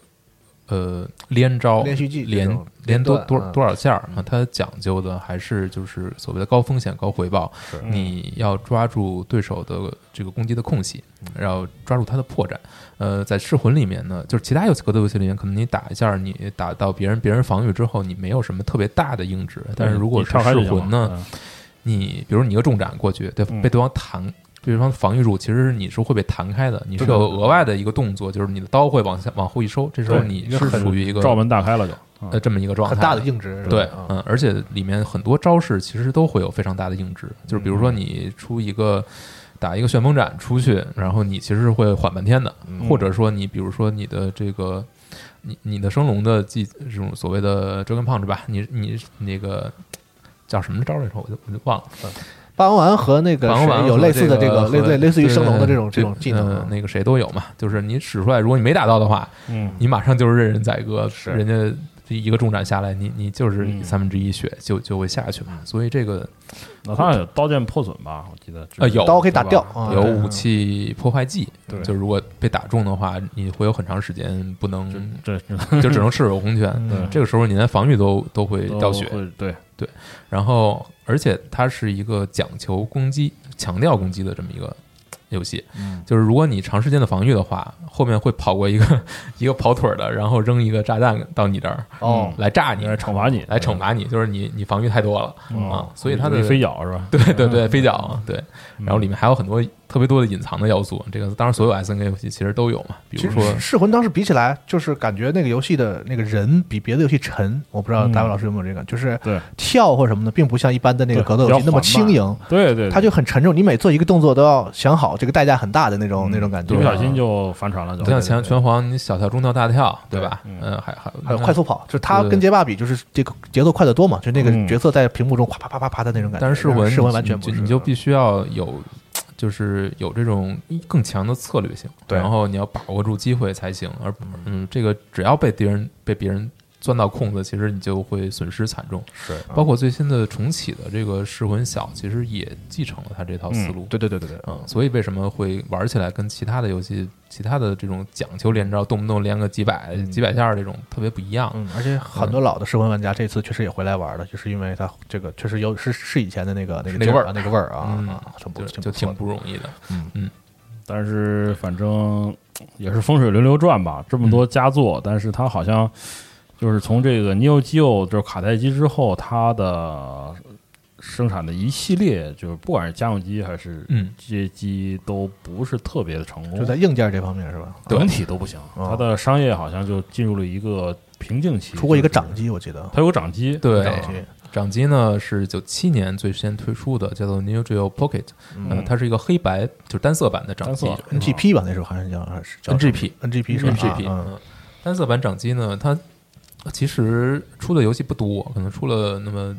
F: 呃，连招、
E: 连续技这
F: 连
E: 种
F: 连多
E: 连段
F: 多
E: 嗯
F: 多少下儿啊？它讲究的还是就是所谓的高风险高回报，你要抓住对手的这个攻击的空隙，然后抓住他的破绽。呃，在噬魂里面呢，就是其他游戏格斗游戏里面，可能你打一下，你呃打到别人别人防御之后，你没有什么特别大的硬直，但是如
G: 嗯
F: 果
G: 你
F: 是
G: 跳开
F: 噬
G: 就行
F: 魂呢
G: 了，，嗯
F: 你比如你一个重斩过去，对，
G: 嗯
F: 被对方弹。对方防御住，其实你是会被弹开的，你是
G: 对
F: 有
G: 对对
F: 额外的一个动作，就是你的刀会往下往后一收，这时候
G: 对
F: 你
G: 一
F: 是
G: 个很
F: 属于一个
G: 照门大开了就，嗯
F: 呃这么一个状态，
E: 很大的硬直，
F: 对
E: 啊，
F: 嗯，而且里面很多招式其实都会有非常大的硬质，就是比
E: 嗯
F: 如说你出一个打一个旋风斩出去，然后你其实是会缓半天的，
E: 嗯
F: 或者说你比如说你的这个。你你的升龙的技这种所谓的折根胖子吧，你你那个叫什么招来着？我就我就忘了。
E: 霸王丸和那个
F: 防
E: 谁
F: 完
E: 有类似的这个
F: 个和
E: 类类类似于
F: 对
E: 升龙的这
F: 对
E: 种这种技能
F: 呃
E: 啊，
F: 那个谁都有嘛。就是你使出来，如果你没打到的话，
G: 嗯
F: 你马上就是任人宰割，
G: 是
F: 人家一个重斩下来，你你就是
G: 嗯
F: 三分之一血就就会下去嘛。所以这个
G: 那他有刀剑破损吧？我记得之前
F: 呃有
E: 刀可以打
F: 对
E: 掉
F: 吧
E: 啊
F: 有
E: 对
F: 武器破坏技，
G: 嗯对
F: 就如果被打中的话，你会有很长时间不能，
G: 这这
F: 就只能赤手空拳。
G: 对
F: 这个时候你连防御都都会掉血，
G: 会对，
F: 然后而且它是一个讲求攻击、强调攻击的这么一个游戏。
G: 嗯
F: 就是如果你长时间的防御的话，后面会跑过一个 一个跑腿儿的，然后扔一个炸弹到你这儿
E: 哦
F: 来炸你，
G: 来惩罚你，
F: 来惩罚你，就是你你防御太多了啊
E: 嗯
G: 啊，，
F: 所以它的
G: 你飞脚是吧？
F: 对对对，飞脚对，
E: 嗯
F: 然后里面还有很多特别多的隐藏的要素，这个当然所有 S N K 游戏其实都有嘛，比
E: 其
F: 如
E: 实
F: 说
E: 《噬魂》当时比起来，就是感觉那个游戏的那个人比别的游戏沉。我不知道
G: 嗯
E: 大卫老师有没有这个，就是
G: 对
E: 跳或什么的，并不像一般的那个
G: 对
E: 格斗游
G: 比
E: 戏
G: 较
E: 那么
G: 缓慢
E: 轻盈，
G: 对对，
E: 它就很沉重。你每做一个动作都要想好，这个代价很大的那
F: 嗯
E: 种那种感
G: 一
E: 觉
G: 不
F: 对。
G: 小心就翻船了，就
F: 你像拳拳皇，你小跳、中跳、大跳，对
G: 对
F: 吧？
G: 嗯
F: 嗯，还还
E: 还有快速跑，就是它
F: 对
E: 跟街霸比，就是这个节奏快得多嘛，就那个
G: 嗯
E: 角色在屏幕中啪啪啪啪啪的那种感觉。
F: 但是噬魂，
E: 噬魂完全
F: 你
E: 不，
F: 就是你就必须要有，就是有这种更强的策略性，
E: 对
F: 然后你要把握住机会才行。而嗯，这个只要被敌人被别人钻到空子，其实你就会损失惨重。
E: 是啊
F: 包括最新的重启的这个噬魂小，其实也继承了他这套思路。
E: 对对对对对，
F: 嗯，所以为什么会玩起来跟其他的游戏、其他的这种讲求连招，动不动连个几百、几百下儿这种特别不一样。
E: 嗯嗯，而且很多老的噬魂玩家这次确实也回来玩了，就是因为它这个确实有是是以前的那个那个
F: 那个
E: 劲
F: 味儿
E: 啊那个味儿啊
F: 嗯，
E: 啊挺不
F: 就
E: 挺
F: 就
E: 不错
F: 挺
E: 的
F: 不容易的，
G: 但是反正也是风水轮流转吧，这么多佳作，但是它好像就是从这个 Neo Geo 就是卡带机之后，它的生产的一系列就是不管是家用机还是
F: 嗯
G: 街机都不是特别的成功，
E: 就在硬件这方面是吧？
G: 整体都不行。
E: 哦
G: 它的商业好像就进入了一个瓶颈期，
E: 出过一个
G: 就是
E: 掌机，我记得。
G: 它有个掌机，
F: 对
G: 掌
E: 机
F: 掌机呢是九七年最先推出的，叫做 Neo Geo Pocket，嗯、它是一个黑白就是单色版的掌
G: 单
F: 机嗯
G: 色
E: NGP 吧，那时候还是叫还是叫
F: NGP
E: NGP 是吧
F: NGP，、
E: 啊嗯
F: 嗯，单色版掌机呢，嗯它其实出的游戏不多，可能出了那么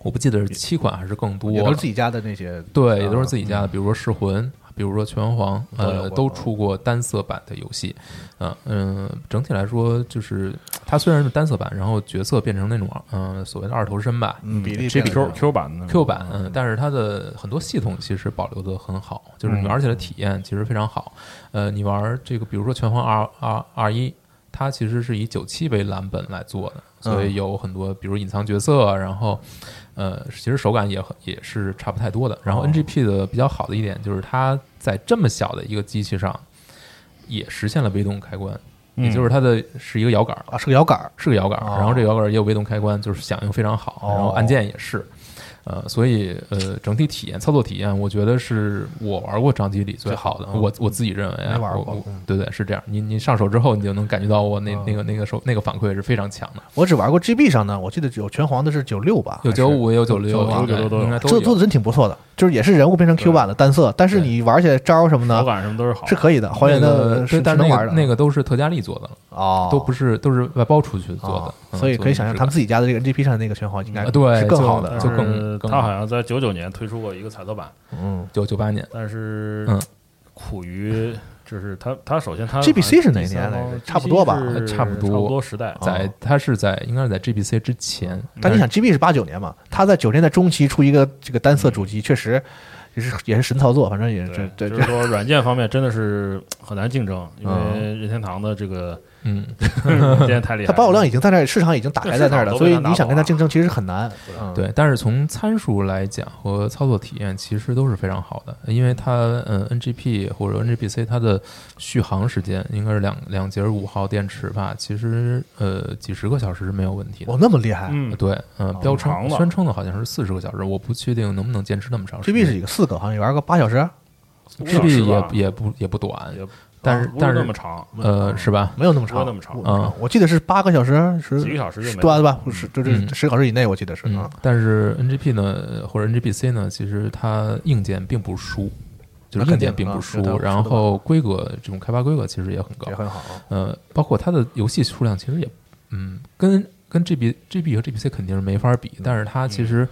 F: 我不记得是七款还是更多了，
E: 也都是自己家的那些，
F: 对，也都是自己家的，比如说《噬魂》，比如说《拳皇》，呃，
E: 都有
F: 都
E: 过
F: 出过单色版的游戏。嗯嗯，整体来说，就是它虽然是单色版，然后角色变成那种嗯、呃所谓的二头身吧。
E: 嗯，比例
G: Q Q 版的
F: Q 版，嗯，但是它的很多系统其实保留的很好，就是你玩起来体验其实非常好。呃，你玩这个，比如说《拳皇 R R R 一》，它其实是以九七为蓝本来做的，所以有很多，比如隐藏角色，啊然后呃，其实手感也很也是差不太多的。然后 NGP 的比较好的一点就是它在这么小的一个机器上，也实现了微动开关，
G: 嗯
F: 也嗯就是它的是一个摇杆，
E: 啊，是个摇杆儿
F: 是个摇杆，
E: 哦
F: 然后这个摇杆也有微动开关，就是响应非常好，然后按键也是。呃，所以呃，整体体验、操作体验，我觉得是我玩过掌机里最好的，我我自己认为啊，
H: 没玩
F: 我
H: 过
F: 我
H: 嗯
F: 对对，是这样。你你上手之后，你就能感觉到我那那个那个手那个反馈是非常强的，
E: 我只玩过 GB 上的，我记得有拳皇的是九六吧，
F: 有九五，有九六，
G: 96
F: 应该
G: 都有
F: 应该都
E: 这做的真挺不错的，就是也是人物变成 Q 版的单色，但是你玩起来招什么
G: 手
E: 的
G: 感什么都是好的，
E: 是可以的，还原
F: 那
E: 的
F: 个
E: 是
F: 对但
E: 是
F: 是
E: 能
F: 那
E: 玩
F: 个
E: 的
F: 那个都是特加利做的，
E: 哦，
F: 都不是都是外包出去做
E: 哦
F: 的，嗯
E: 所以可以想象他们自
F: 己
E: 己家的这个 GP 上的那个拳皇应该
F: 啊对
E: 是更
F: 就
E: 好的，
F: 就
G: 但
F: 更
G: 是
F: 更
G: 他好像在九九年推出过一个彩色版，
E: 嗯
F: 九九八年
G: 但是
F: 嗯
G: 苦于就是他他首先他
E: GBC 是哪年来着差不多吧
F: 差
G: 差
F: 不多
G: 多差不多时代。啊
F: 在它是在应该是在 GBC 之前，
E: 哦但你想，GB 是八九年嘛，他在九年代中期出一个这个单色主机，确实也是也是神操作，反正也这
G: 对，
E: 这
G: 就
E: 这
G: 是说软件方面真的是很难竞争，因为任天堂的这个
F: 嗯，
G: 软件太厉
E: 它
G: 害了，
E: 保有量已经在那儿，市场已经大概在那儿了，
G: 对市场都
E: 所
G: 被
E: 以
G: 它拿
E: 你想跟它
G: 走了
E: 竞争其实很难。嗯，
F: 对，但是从参数来讲和操作体验其实都是非常好的，因为它嗯 NGP 或者 NGPC 它的续航时间应该是两两节五号电池吧，其实呃几十个小时是没有问题的。
E: 哇，那么厉害
G: 嗯，
F: 对，嗯、标称
G: 长了
F: 宣称的好像是四十个小时，我不确定能不能坚持那么长时
E: ！GB
F: 间。
E: 是几个四个，好像也玩个八小时，
G: 五小时
F: GB
G: 吧
F: 也也不也不短，
G: 也
F: 但是
G: 啊不
F: 但是
G: 那么长，啊
F: 呃，是吧？
E: 没有那么
G: 不会
E: 长，
G: 那么长
E: 嗯，
F: 啊
E: 我记得是八个小时，十
G: 几个小时就没
E: 对吧？对
G: 了
E: 吧？是就是十个小时以内，我记得是
F: 嗯
E: 啊，
F: 但是 NGP 呢，呃或者 NGPC 呢，其实它硬件并不输，就
E: 那
F: 是硬
E: 肯定
F: 件并不
E: 啊
F: 输
E: 是的是，的
F: 然后规格这种开发规格其实也很高
E: 也，很好。
F: 呃，包括它的游戏数量其实也，嗯，跟跟 GB GB 和 GBC 肯定是没法比，但是它
E: 嗯
F: 其实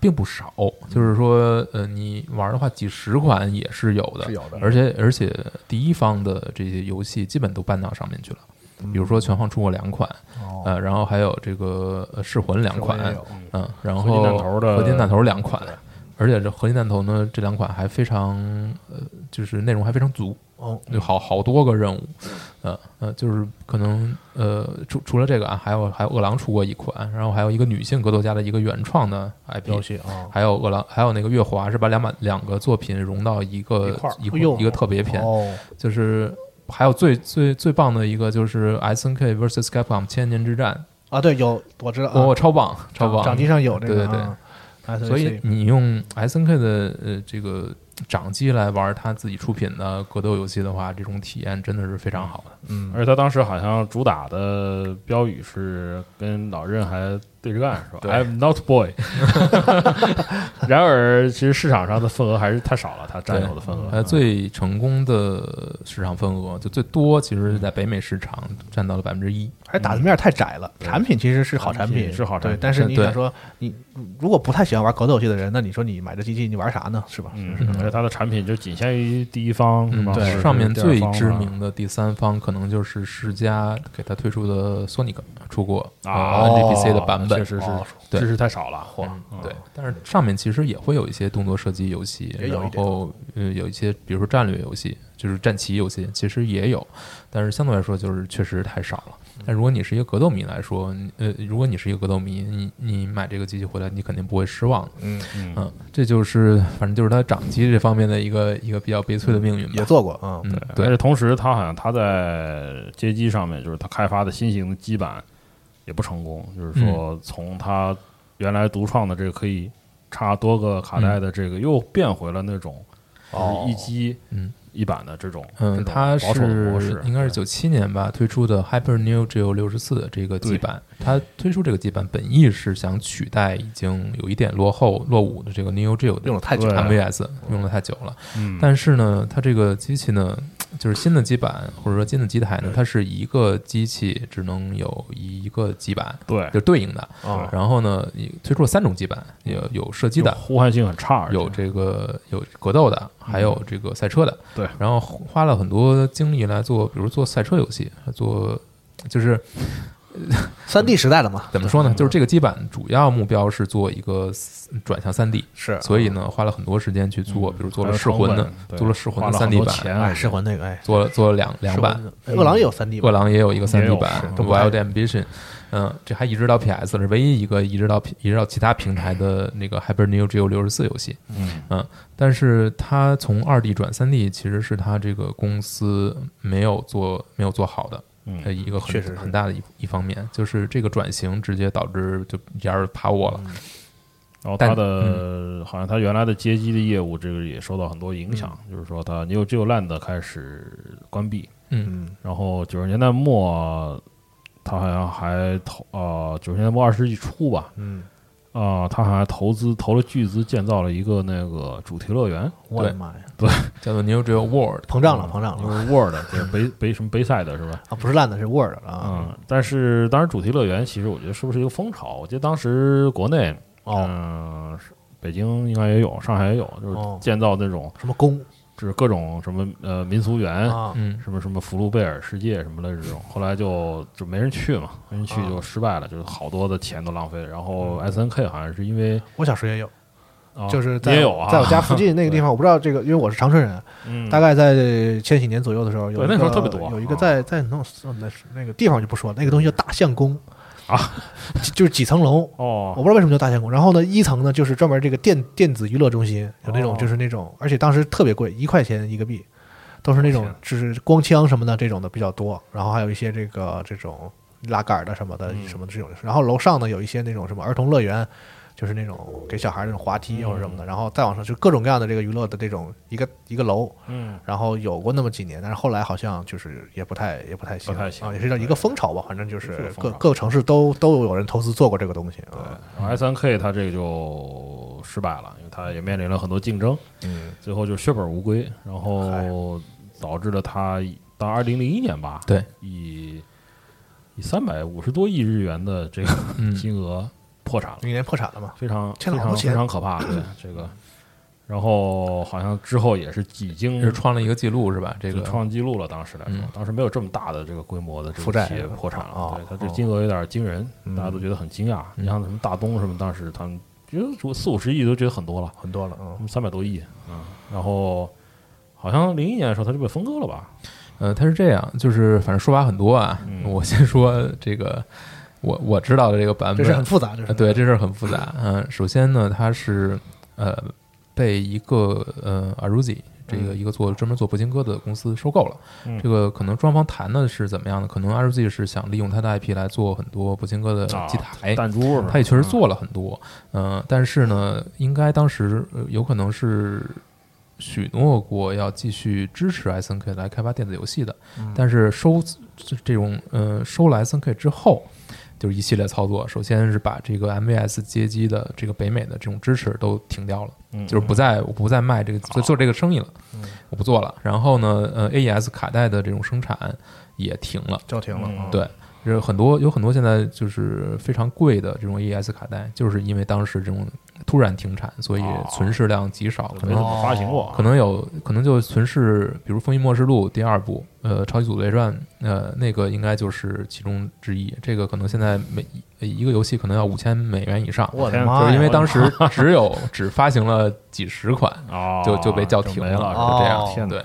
F: 并不少，就是说，呃，你玩的话几十款也是有的，
E: 是有的
F: 而且而且第一方的这些游戏基本都搬到上面去了。
E: 嗯
F: 比如说拳皇出过两款，呃，然后还有这个呃噬魂两
E: 哦噬
F: 款
E: 魂也有，
F: 嗯，然后
G: 合金弹头的
F: 合金弹头两款，而且这合金弹头呢，这两款还非常呃，就是内容还非常足，
E: 哦，
F: 有好好多个任务，呃呃，就是可能呃，除除了这个啊，还有还有饿狼出过一款，然后还有一个女性格斗家的一个原创的 IP
E: 游戏啊
F: 还有饿狼，还有那个月华是把两把两个作品融到一个
E: 一块儿
F: 一
E: 哎呦
F: 一个特别篇，
E: 哦，
F: 就是还有最最最棒的一个就是 S N K vs Capcom 千年之战，
E: 啊，对，有我知道
F: 哇、
E: 啊，
F: 超棒哦超棒，
E: 掌机上有这
F: 对
E: 个，
F: 对对
E: 啊，SNC
F: 所以你用 S N K 的呃这个掌机来玩他自己出品的格斗游戏的话，这种体验真的是非常好的。
G: 嗯而且他当时好像主打的标语是跟老任还对着干，是吧
F: 对
G: ？I'm not boy。然而，其实市场上的份额还是太少了，他占有的份额。嗯
F: 呃，最成功的市场份额就最多，其实是在北美市场占到了百分之一。
E: 还是打的面儿太窄了。产品其实是好产
G: 产
E: 品，
G: 品是好产
E: 对
G: 品
E: 但是
F: 嗯
E: 你
F: 对
E: 想说，你如果不太喜欢玩格斗游戏的人，那你说你买这机器你玩啥呢？是吧？
G: 嗯，而且它的产品就仅限于第一方，是吧？或者
F: 嗯
G: 嗯
F: 对，
G: 是
F: 上面
G: 第二
F: 最
G: 方
F: 知
G: 啊
F: 名的第三方可能就是世嘉给它推出的 Sonic 出过
G: 啊
F: 呃 NGPC 的版本，
G: 确实
F: 哦
G: 是
F: 对
G: 知识太少了。
F: 嗯对，但是上面其实也会有一些动作射击游戏，
E: 也有一
F: 然
E: 点
F: 后呃有一些比如说战略游戏，就是战棋游戏，其实也有，但是相对来说就是确实太少
E: 嗯
F: 了。但如果你是一个格斗迷来说，你呃，如果你是一个格斗迷，你你买这个机器回来，你肯定不会失望的。嗯嗯，这就是反正就是它掌机这方面的一个一个比较悲催的命运吧。
E: 也做过啊，
F: 嗯，
G: 但
F: 对
G: 是同时，它好像它在街机上面，就是它开发的新型的基板也不成功，
F: 嗯
G: 就是说从它原来独创的这个可以插多个卡带的这个，又变回了那种就是一机
F: 嗯
G: 一板的这种这
F: 嗯，
G: 种
F: 它
G: 保守的模式
F: 是，应该是
G: 对
F: 九七年吧推出的 Hyper Neo Geo 六十四这个基板，它推出这个基板本意是想取代已经有一点落后落伍的这个 Neo Geo
E: 用了太久
G: 对
E: 了。
F: MVS 用了太久了，
G: 嗯
F: 但是呢，它这个机器呢，就是新的机板或者说新的机台呢，它是一个机器只能有一个基板，
G: 对
F: 就是对应的
E: 哦。
F: 然后呢，也推出了三种基板，有有射击
G: 就
F: 的，
G: 互换性很差，而且
F: 有这个有格斗的，还有这个赛车的，
G: 嗯对
F: 然后花了很多精力来做，比如做赛车游戏，做就是
E: 三 D 时代了嘛，
F: 怎么说呢？就是这个基板主要目标是做一个转向三 D，
E: 是
F: 所以呢花了很多时间去做，比如做了噬
G: 嗯还
F: 魂
G: 有
F: 的
G: 成本，对
F: 做了噬
G: 花
F: 魂的
G: 了
F: 三
G: 很
F: D
G: 多
F: 版，啊
G: 钱
E: 哎，
G: 而且
E: 噬魂那个哎，
F: 做了做了两两
E: 噬
F: 版
E: 魂，那个饿狼也有三 D
F: 饿
E: 吧？
F: 狼也有一个三
G: 也
F: D
G: 有
F: 版
G: 是
F: 《Wild Ambition》，嗯，这还移植到 PS 了，是唯一一个移植到移植到其他平台的那个 Hyper Neo Geo 六十四游戏。嗯但是它从二 D 转三 D，其实是它这个公司没有做没有做好的。
G: 嗯
F: 呃，一个很
E: 确实是
F: 很大的一一方面，就是这个转型直接导致就一下就趴窝了。
G: 然后
F: 但嗯
G: 它的好像它原来的街机的业务，这个也受到很多影响，就是说它 Neo Geo Land 开始关闭，
F: 嗯
G: 然后九十年代末，他好像还投呃九十年代末二十世纪初吧，
E: 嗯，
G: 啊、他还投资投了巨资建造了一个那个主题乐园，
E: 我的妈呀，
F: 叫做 Neo Geo World，
E: 膨胀了，膨胀
G: 就
E: 了
G: 是 Word，就是北北什么北赛的是吧？
E: 啊，不是烂的，是 Word 了啊，
G: 嗯，但是当然主题乐园其实我觉得是不是一个风潮？我记得当时国内
E: 哦
G: 嗯、是北京应该也有，上海也有，就是
E: 哦
G: 建造那种
E: 什么宫
G: 就是各种什么呃民俗园
E: 啊，
F: 嗯
G: 什么什么福禄贝尔世界什么的这种，后来就就没人去嘛，没人去
E: 啊
G: 就失败了，就是好多的钱都浪费了。然后 S N K 好像是因为
E: 我小时候也有，嗯
G: 啊
E: 就是在
G: 也有啊，
E: 在我家附近那个地方，我不知道这个，因为我是长春人，
G: 嗯
E: 大概在千禧年左右的时候，有
G: 对
E: 一个
G: 那时候特别多哦
E: 有一个在在弄那那个地方就不说，那个东西叫大相公
G: 啊，
E: 就就是几层楼，我
G: 哦
E: 不知道为什么叫大相公。然后呢，一层呢就是专门这个电电子娱乐中心，有那
G: 哦哦
E: 种就是那种，而且当时特别贵，一块钱一个币，都是那种
G: 天
E: 就是光枪什么的这种的比较多，然后还有一些这个这种拉杆儿的什么的
G: 嗯
E: 什么这种，然后楼上呢有一些那种什么儿童乐园。就是那种给小孩儿那种滑梯
G: 嗯
E: 或者什么的，然后再往上就各种各样的这个娱乐的这种一个一个楼，
G: 嗯
E: 然后有过那么几年，但是后来好像就是也不太也不太行，
G: 不太行
E: 啊，也是叫一个风潮吧，反正就
G: 也是个
E: 是
G: 风
E: 各
G: 潮
E: 各个城市都都有人投资做过这个东西啊。
G: ，S N K 它这个就失败了，因为它也面临了很多竞争，
E: 嗯，
G: 最后就血本无归，然后导致了它到二零零一年吧，
F: 对，
G: 以以三百五十多亿日元的这个
F: 嗯
G: 金额破产了。
E: 明年破产了嘛？
G: 非常非
E: 欠了好
G: 常
E: 多
G: 非
E: 钱
G: 常可怕， 对这个。然后好像之后也是已经
F: 是创了一个记录是吧？这
G: 这个
F: 个
G: 创纪录了，当时来说
F: 嗯，
G: 当时没有这么大的这个规模的这
E: 负
G: 个
E: 债
G: 企业破产了
E: 哦，嗯
G: 对它这金额有点惊人，大家都觉得很惊讶。你
F: 嗯
G: 像什么大东什么，当时他们觉得四五十亿都觉得很多了，
E: 很多了，
G: 他
E: 嗯，
G: 们三百多亿，嗯，然后好像零一年的时候他就被分割了吧？
F: 呃，它是这样，就是反正说法很多啊。
E: 嗯
F: 我先说这个，我我知道的这个版
E: 这
F: 本，
E: 事很复杂，这
F: 呃
E: 是
F: 对，这事儿很复杂。嗯、首先呢，它是呃被一个呃
E: 嗯
F: Aruzi 这个一个做专门做铂金哥的公司收购了。
G: 嗯
F: 这个可能双方谈的是怎么样的？可能 Aruzi 是想利用它的 IP 来做很多铂金哥的
E: 哦
G: 啊
F: 机台。
G: 弹珠是吧，
F: 哎他也确实做了很多，嗯、但是呢，应该当时、呃有可能是许诺过要继续支持 S N K 来开发电子游戏的，但是收这这种呃收了 S N K 之后，就是一系列操作，首先是把这个 M V S 街机的这个北美的这种支持都停掉了，
G: 嗯
F: 就是不再我不再卖这个做做这个生意了，我不做了。然后呢，呃 A E S 卡带的这种生产也停了。
E: 叫停了，嗯，
F: 对，就是很多有很多现在就是非常贵的这种 AES 卡带，就是因为当时这种突然停产，所以存世量极少，可
G: 没怎
F: 能
G: 么发行过，
F: 可能有可能就存世，比如《风云末世录》第二部，呃，《超级组队传》，呃，那个应该就是其中之一。这个可能现在每呃一个游戏可能要五千美元以上。
E: 我的
G: 天
E: 妈
F: 嗯就
E: 呀，
F: 是因为当时只有只发行了几十款，
G: 啊
F: 哦就就被叫停
G: 没了，
F: 了，
G: 是吧
F: 就这样。
E: 哦
G: 天哪
F: 对，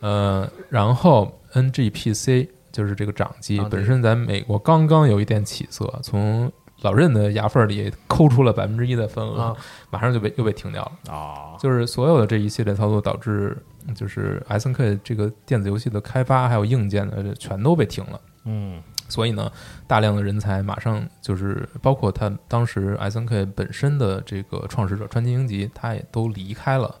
F: 呃，然后 NGPC 就是这个掌机
E: 掌机
F: 本身在美国刚刚有一点起色，从老任的牙缝里抠出了百分之一的份额，
E: 啊
F: 马上就被又被停掉了。
G: 啊，
F: 就是所有的这一系列操作导致，就是 S N K 这个电子游戏的开发还有硬件的全都被停了。
G: 嗯
F: 所以呢，大量的人才马上就是包括他当时 S N K 本身的这个创始者川崎英吉，他也都离开了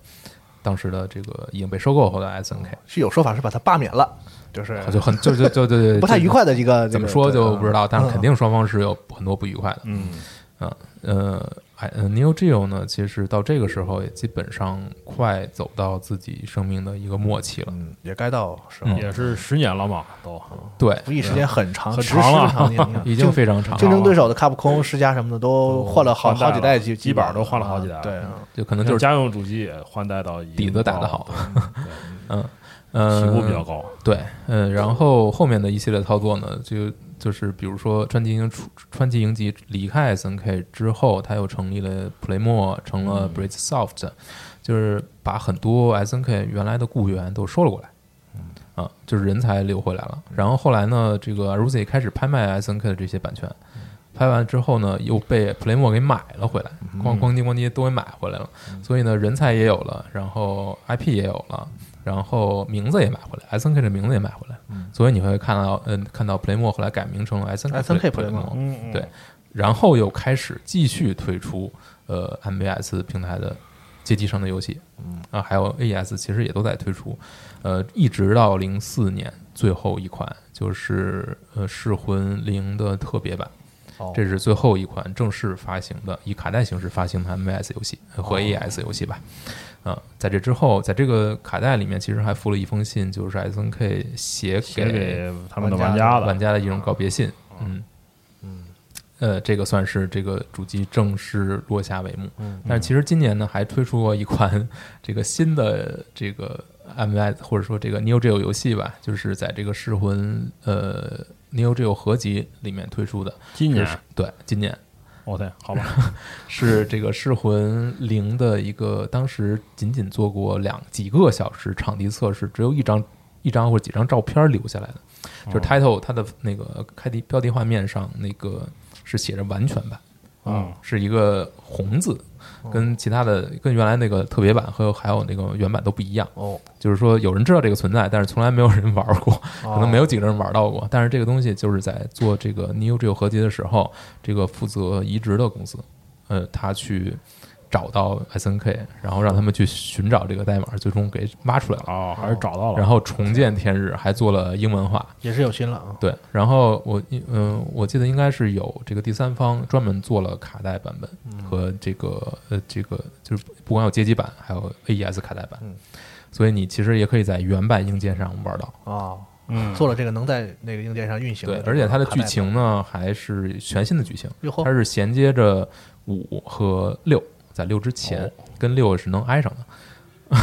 F: 当时的这个已经被收购后的 S N K，啊
E: 是有说法是把他罢免了，就是
F: 就很就就就就就
E: 不太愉快的一个，
F: 怎么说就不知道，但是肯
E: 嗯
F: 定双方是有很多不愉快的。
G: 嗯
F: 啊，呃，哎呃，Neo Geo 呢，其实到这个时候也基本上快走到自己生命的一个末期了。
E: 嗯，也该到时候，
G: 也是十年了嘛，都
F: 对，
E: 服役时间很长，
G: 很
E: 实施
G: 长了
E: 长 年
F: 已经非常长了，
E: 嗯竞争对手的 Capcom、世嘉什么的都换了好
G: 换代
E: 好几
G: 了
E: 代机
G: 基本上都换了好几代
E: 啊对，
F: 就可能就是
G: 家用主机也换代到一
F: 底子打得好
G: 对，
F: 呃，
G: 起步比较高。
F: 对，嗯，然后后面的一系列操作呢，就就是比如说川崎英出川崎英吉离开 SNK 之后，他又成立了 Playmo，成了
E: 嗯
F: BridgeSoft，、就是把很多 SNK 原来的雇员都收了过来。
G: 嗯
F: 啊，就是人才流回来了。然后后来呢，这个 Ruzi 开始拍卖 SNK 的这些版权，
G: 嗯
F: 拍完之后呢，又被 Playmo 给买了回来，
G: 嗯
F: 咣咣叽咣叽都给买回来了。所以呢，人才也有了，然后 IP 也有了，然后名字也买回来，SNK 的名字也呃买回来。所以你会看到，嗯，看到 Playmo 后来改名成了 SNK
E: SNK
F: Playmo，
G: 嗯，
F: 对，然后又开始继续推出呃 MVS 平台的街机上的游戏，嗯啊，还有 AES 其实也都在推出，呃，一直到零四年最后一款就是呃《噬魂零》的特别版。
E: 哦
F: 嗯这是最后一款正式发行的以卡带形式发行的 MVS 游戏呃和 AES 游戏吧。嗯，在这之后，在这个卡带里面，其实还附了一封信，就是 SNK 写
G: 写
F: 给
G: 给他们的
E: 玩
G: 玩
E: 家
G: 家
F: 玩
G: 的，
F: 家的一种告别信。嗯嗯，呃，这个算是这个主机正式落下帷幕。嗯，但是其实今年呢，还推出过一款 这个新的这个 MVS 或者说这个 Neo Geo 游戏吧，就是在这个《噬魂》呃 Neo Geo 合集里面推出的。
G: 今年
F: 这是对今年。
G: 我天，好吧，
F: 是这个《噬魂零》的一个，当时仅仅做过两几个小时场地测试，只有一张、一张或者几张照片留下来的，就是 title 它的那个开题标题画面上那个是写着完全版，啊
G: 嗯，
F: 是一个红字，跟其他的跟原来那个特别版和还有那个原版都不一样。
E: 哦，
F: 就是说有人知道这个存在，但是从来没有人玩过，可能没有几个人玩到过。但是这个东西就是在做这个 Neo Geo 合集的时候，这个负责移植的公司，呃，他去找到 SNK，然后让他们去寻找这个代码，最终给挖出来了，
G: 哦，还是找到了
F: 然，后重见天日，还做了英文化。
E: 也是有心了啊。
F: 对，然后我嗯、我记得应该是有这个第三方专门做了卡带版
E: 嗯
F: 本和这个呃这个就是不光有街机版，还有 AES 卡带版，
E: 嗯
F: 所以你其实也可以在原版硬件上玩到。
E: 哦，
G: 嗯，
E: 做了这个能在那个硬件上运行
F: 对
E: 的这，个
F: 而且它的
E: 卡
F: 剧
E: 带
F: 情呢还是全新的剧情
E: 哟，呵
F: 它是衔接着五和六，在六之前、跟六是能挨上的，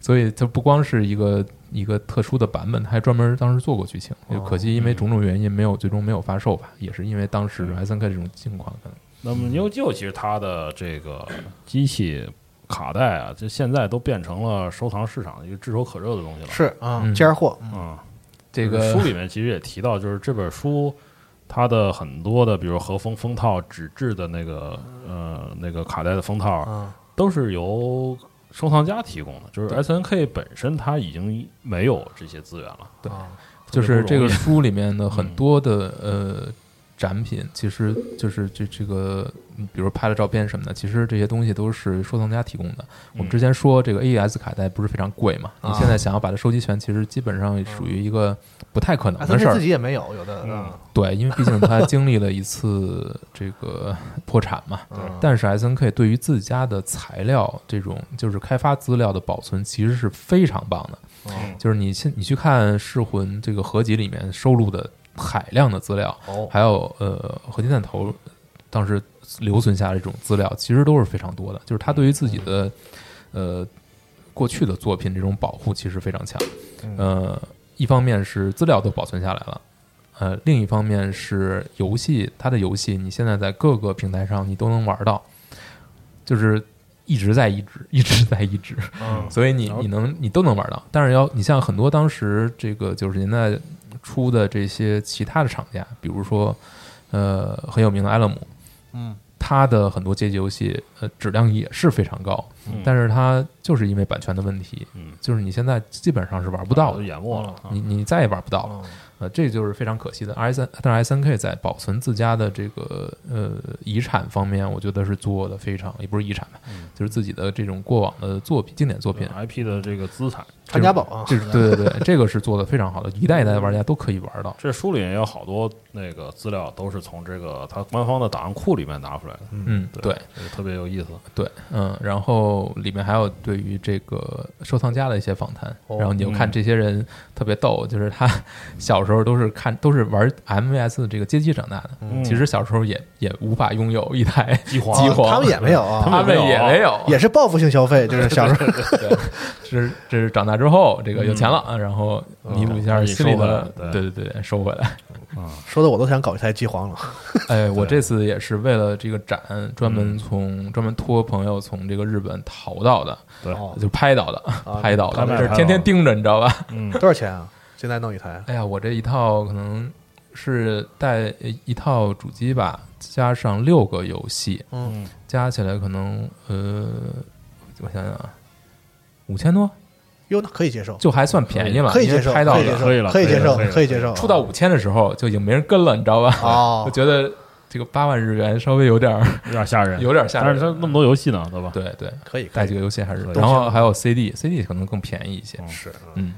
F: 所以它不光是一个一个特殊的版本，它还专门当时做过剧情，就可惜因为种种原因没有最终没有发售吧，也是因为当时 S N K 这种境况可能。
G: 那么 New Geo 其实它的这个机器卡带啊，就现在都变成了收藏市场的一个炙手可热的东西了。
E: 是啊，
F: 嗯
E: 尖儿货，
G: 嗯，
F: 这个
G: 书里面其实也提到，就是这本书它的很多的，比如和风封套、纸质的那个呃那个卡带的封套，
F: 啊
E: 嗯
G: 都是由收藏家提供的。就是 S N K 本身它已经没有这些资源了。
F: 对
E: 啊
F: 就是这
G: 特别不容
F: 个
G: 易嗯
F: 书里面的很多的呃展品，其实就是这这个，嗯比如拍了照片什么的，其实这些东西都是收藏家提供的。
G: 嗯
F: 我们之前说这个 AES 卡带不是非常贵嘛，
G: 啊
F: 你现在想要把它收集全，其实基本上属于一个不太可
G: 啊
F: 能的事
E: SNK 自
F: 儿。
E: 己也没有，有的嗯
F: 对，因为毕竟它经历了一次这个破产嘛。但是 SNK 对于自家的材料这种就是开发资料的保存，其实是非常棒的。就是你现你去看《噬魂》这个合集里面收录的海量的资料，
E: 哦
F: 还有呃合金弹头当时留存下来这种资料，其实都是非常多的。就是他对于自己的呃过去的作品这种保护其实非常强。呃，一方面是资料都保存下来了。呃，另一方面是游戏，它的游戏你现在在各个平台上你都能玩到，就是一直在移植，一直在移植，
G: 嗯
F: 所以你你能你都能玩到。但是要你像很多当时这个九十年代出的这些其他的厂家，比如说呃很有名的艾勒姆，
E: 嗯，
F: 它的很多街机游戏呃质量也是非常高，但是它就是因为版权的问题，
G: 嗯
F: 就是你现在基本上是玩不到
G: 都
F: 的。
G: 淹没了啊。
F: 你你再也玩不到
E: 嗯
F: 了，呃，这就是非常可惜的。R S 但是 S N K 在保存自家的这个呃遗产方面，我觉得是做的非常，也不是遗产吧，
E: 嗯
F: 就是自己的这种过往的作品、经典作品，
G: IP 嗯的这个资产，
E: 传嗯家宝啊，
F: 这是对对对，这个是做的非常好的，一代一代的玩家都可以玩到。
G: 这书里面有好多那个资料都是从这个它官方的档案库里面拿出来的，
F: 嗯，对
G: 这个特别有意思。
F: 对，嗯，然后里面还有对于这个收藏家的一些访谈，
G: 哦
F: 然后你就
G: 嗯
F: 看这些人特别逗，就是他 小时候都是看都是玩 MVS 的这个街机长大的，其实小时候也也无法拥有一 台机
G: 嗯皇
F: 机皇
E: 他们也没有
F: 他
E: 啊，
F: 们也没有，
E: 也是报复性消费，就是小时候
F: 对，这是这是长大之后这个有钱了，啊，然后弥补一下
G: 嗯
F: 心里
G: 收回
F: 的
G: 来，对
F: 对对对，收回来。
E: 说的我都想搞一台机皇了。
F: 哎，我这次也是为了这个展，
G: 嗯
F: 专门从专门托朋友从这个日本淘到的，
G: 对，
F: 就拍到的，
E: 啊
F: 拍到的，
G: 拍卖
F: 就是
G: 拍
F: 天天
G: 到的
F: 盯着，你知道吧？
E: 多少钱啊？现在弄一台
F: 哎呀，我这一套可能是带一套主机吧，加上六个游戏，
E: 嗯，
F: 加起来可能呃，我想想啊，五千多，
E: 哟，那可以接受，
F: 就还算便宜了，
E: 可以
F: 因为
E: 接受，
F: 拍到
E: 可以
F: 了
E: 接。受，
G: 可以了
E: 可以接受，
G: 可以了
E: 可以接受。
F: 出到五千的时候就已经没人跟了，你知道吧？
E: 哦
F: 我觉得这个八万日元稍微有点儿
G: 有点吓人，
F: 有点吓人
G: 但是它那么多游戏呢，对吧？
F: 对对，
E: 可以，
F: 带几个游戏还是，
G: 可以
F: 然后还有 CD，CD 可能更便宜一些。
E: 是
F: 嗯，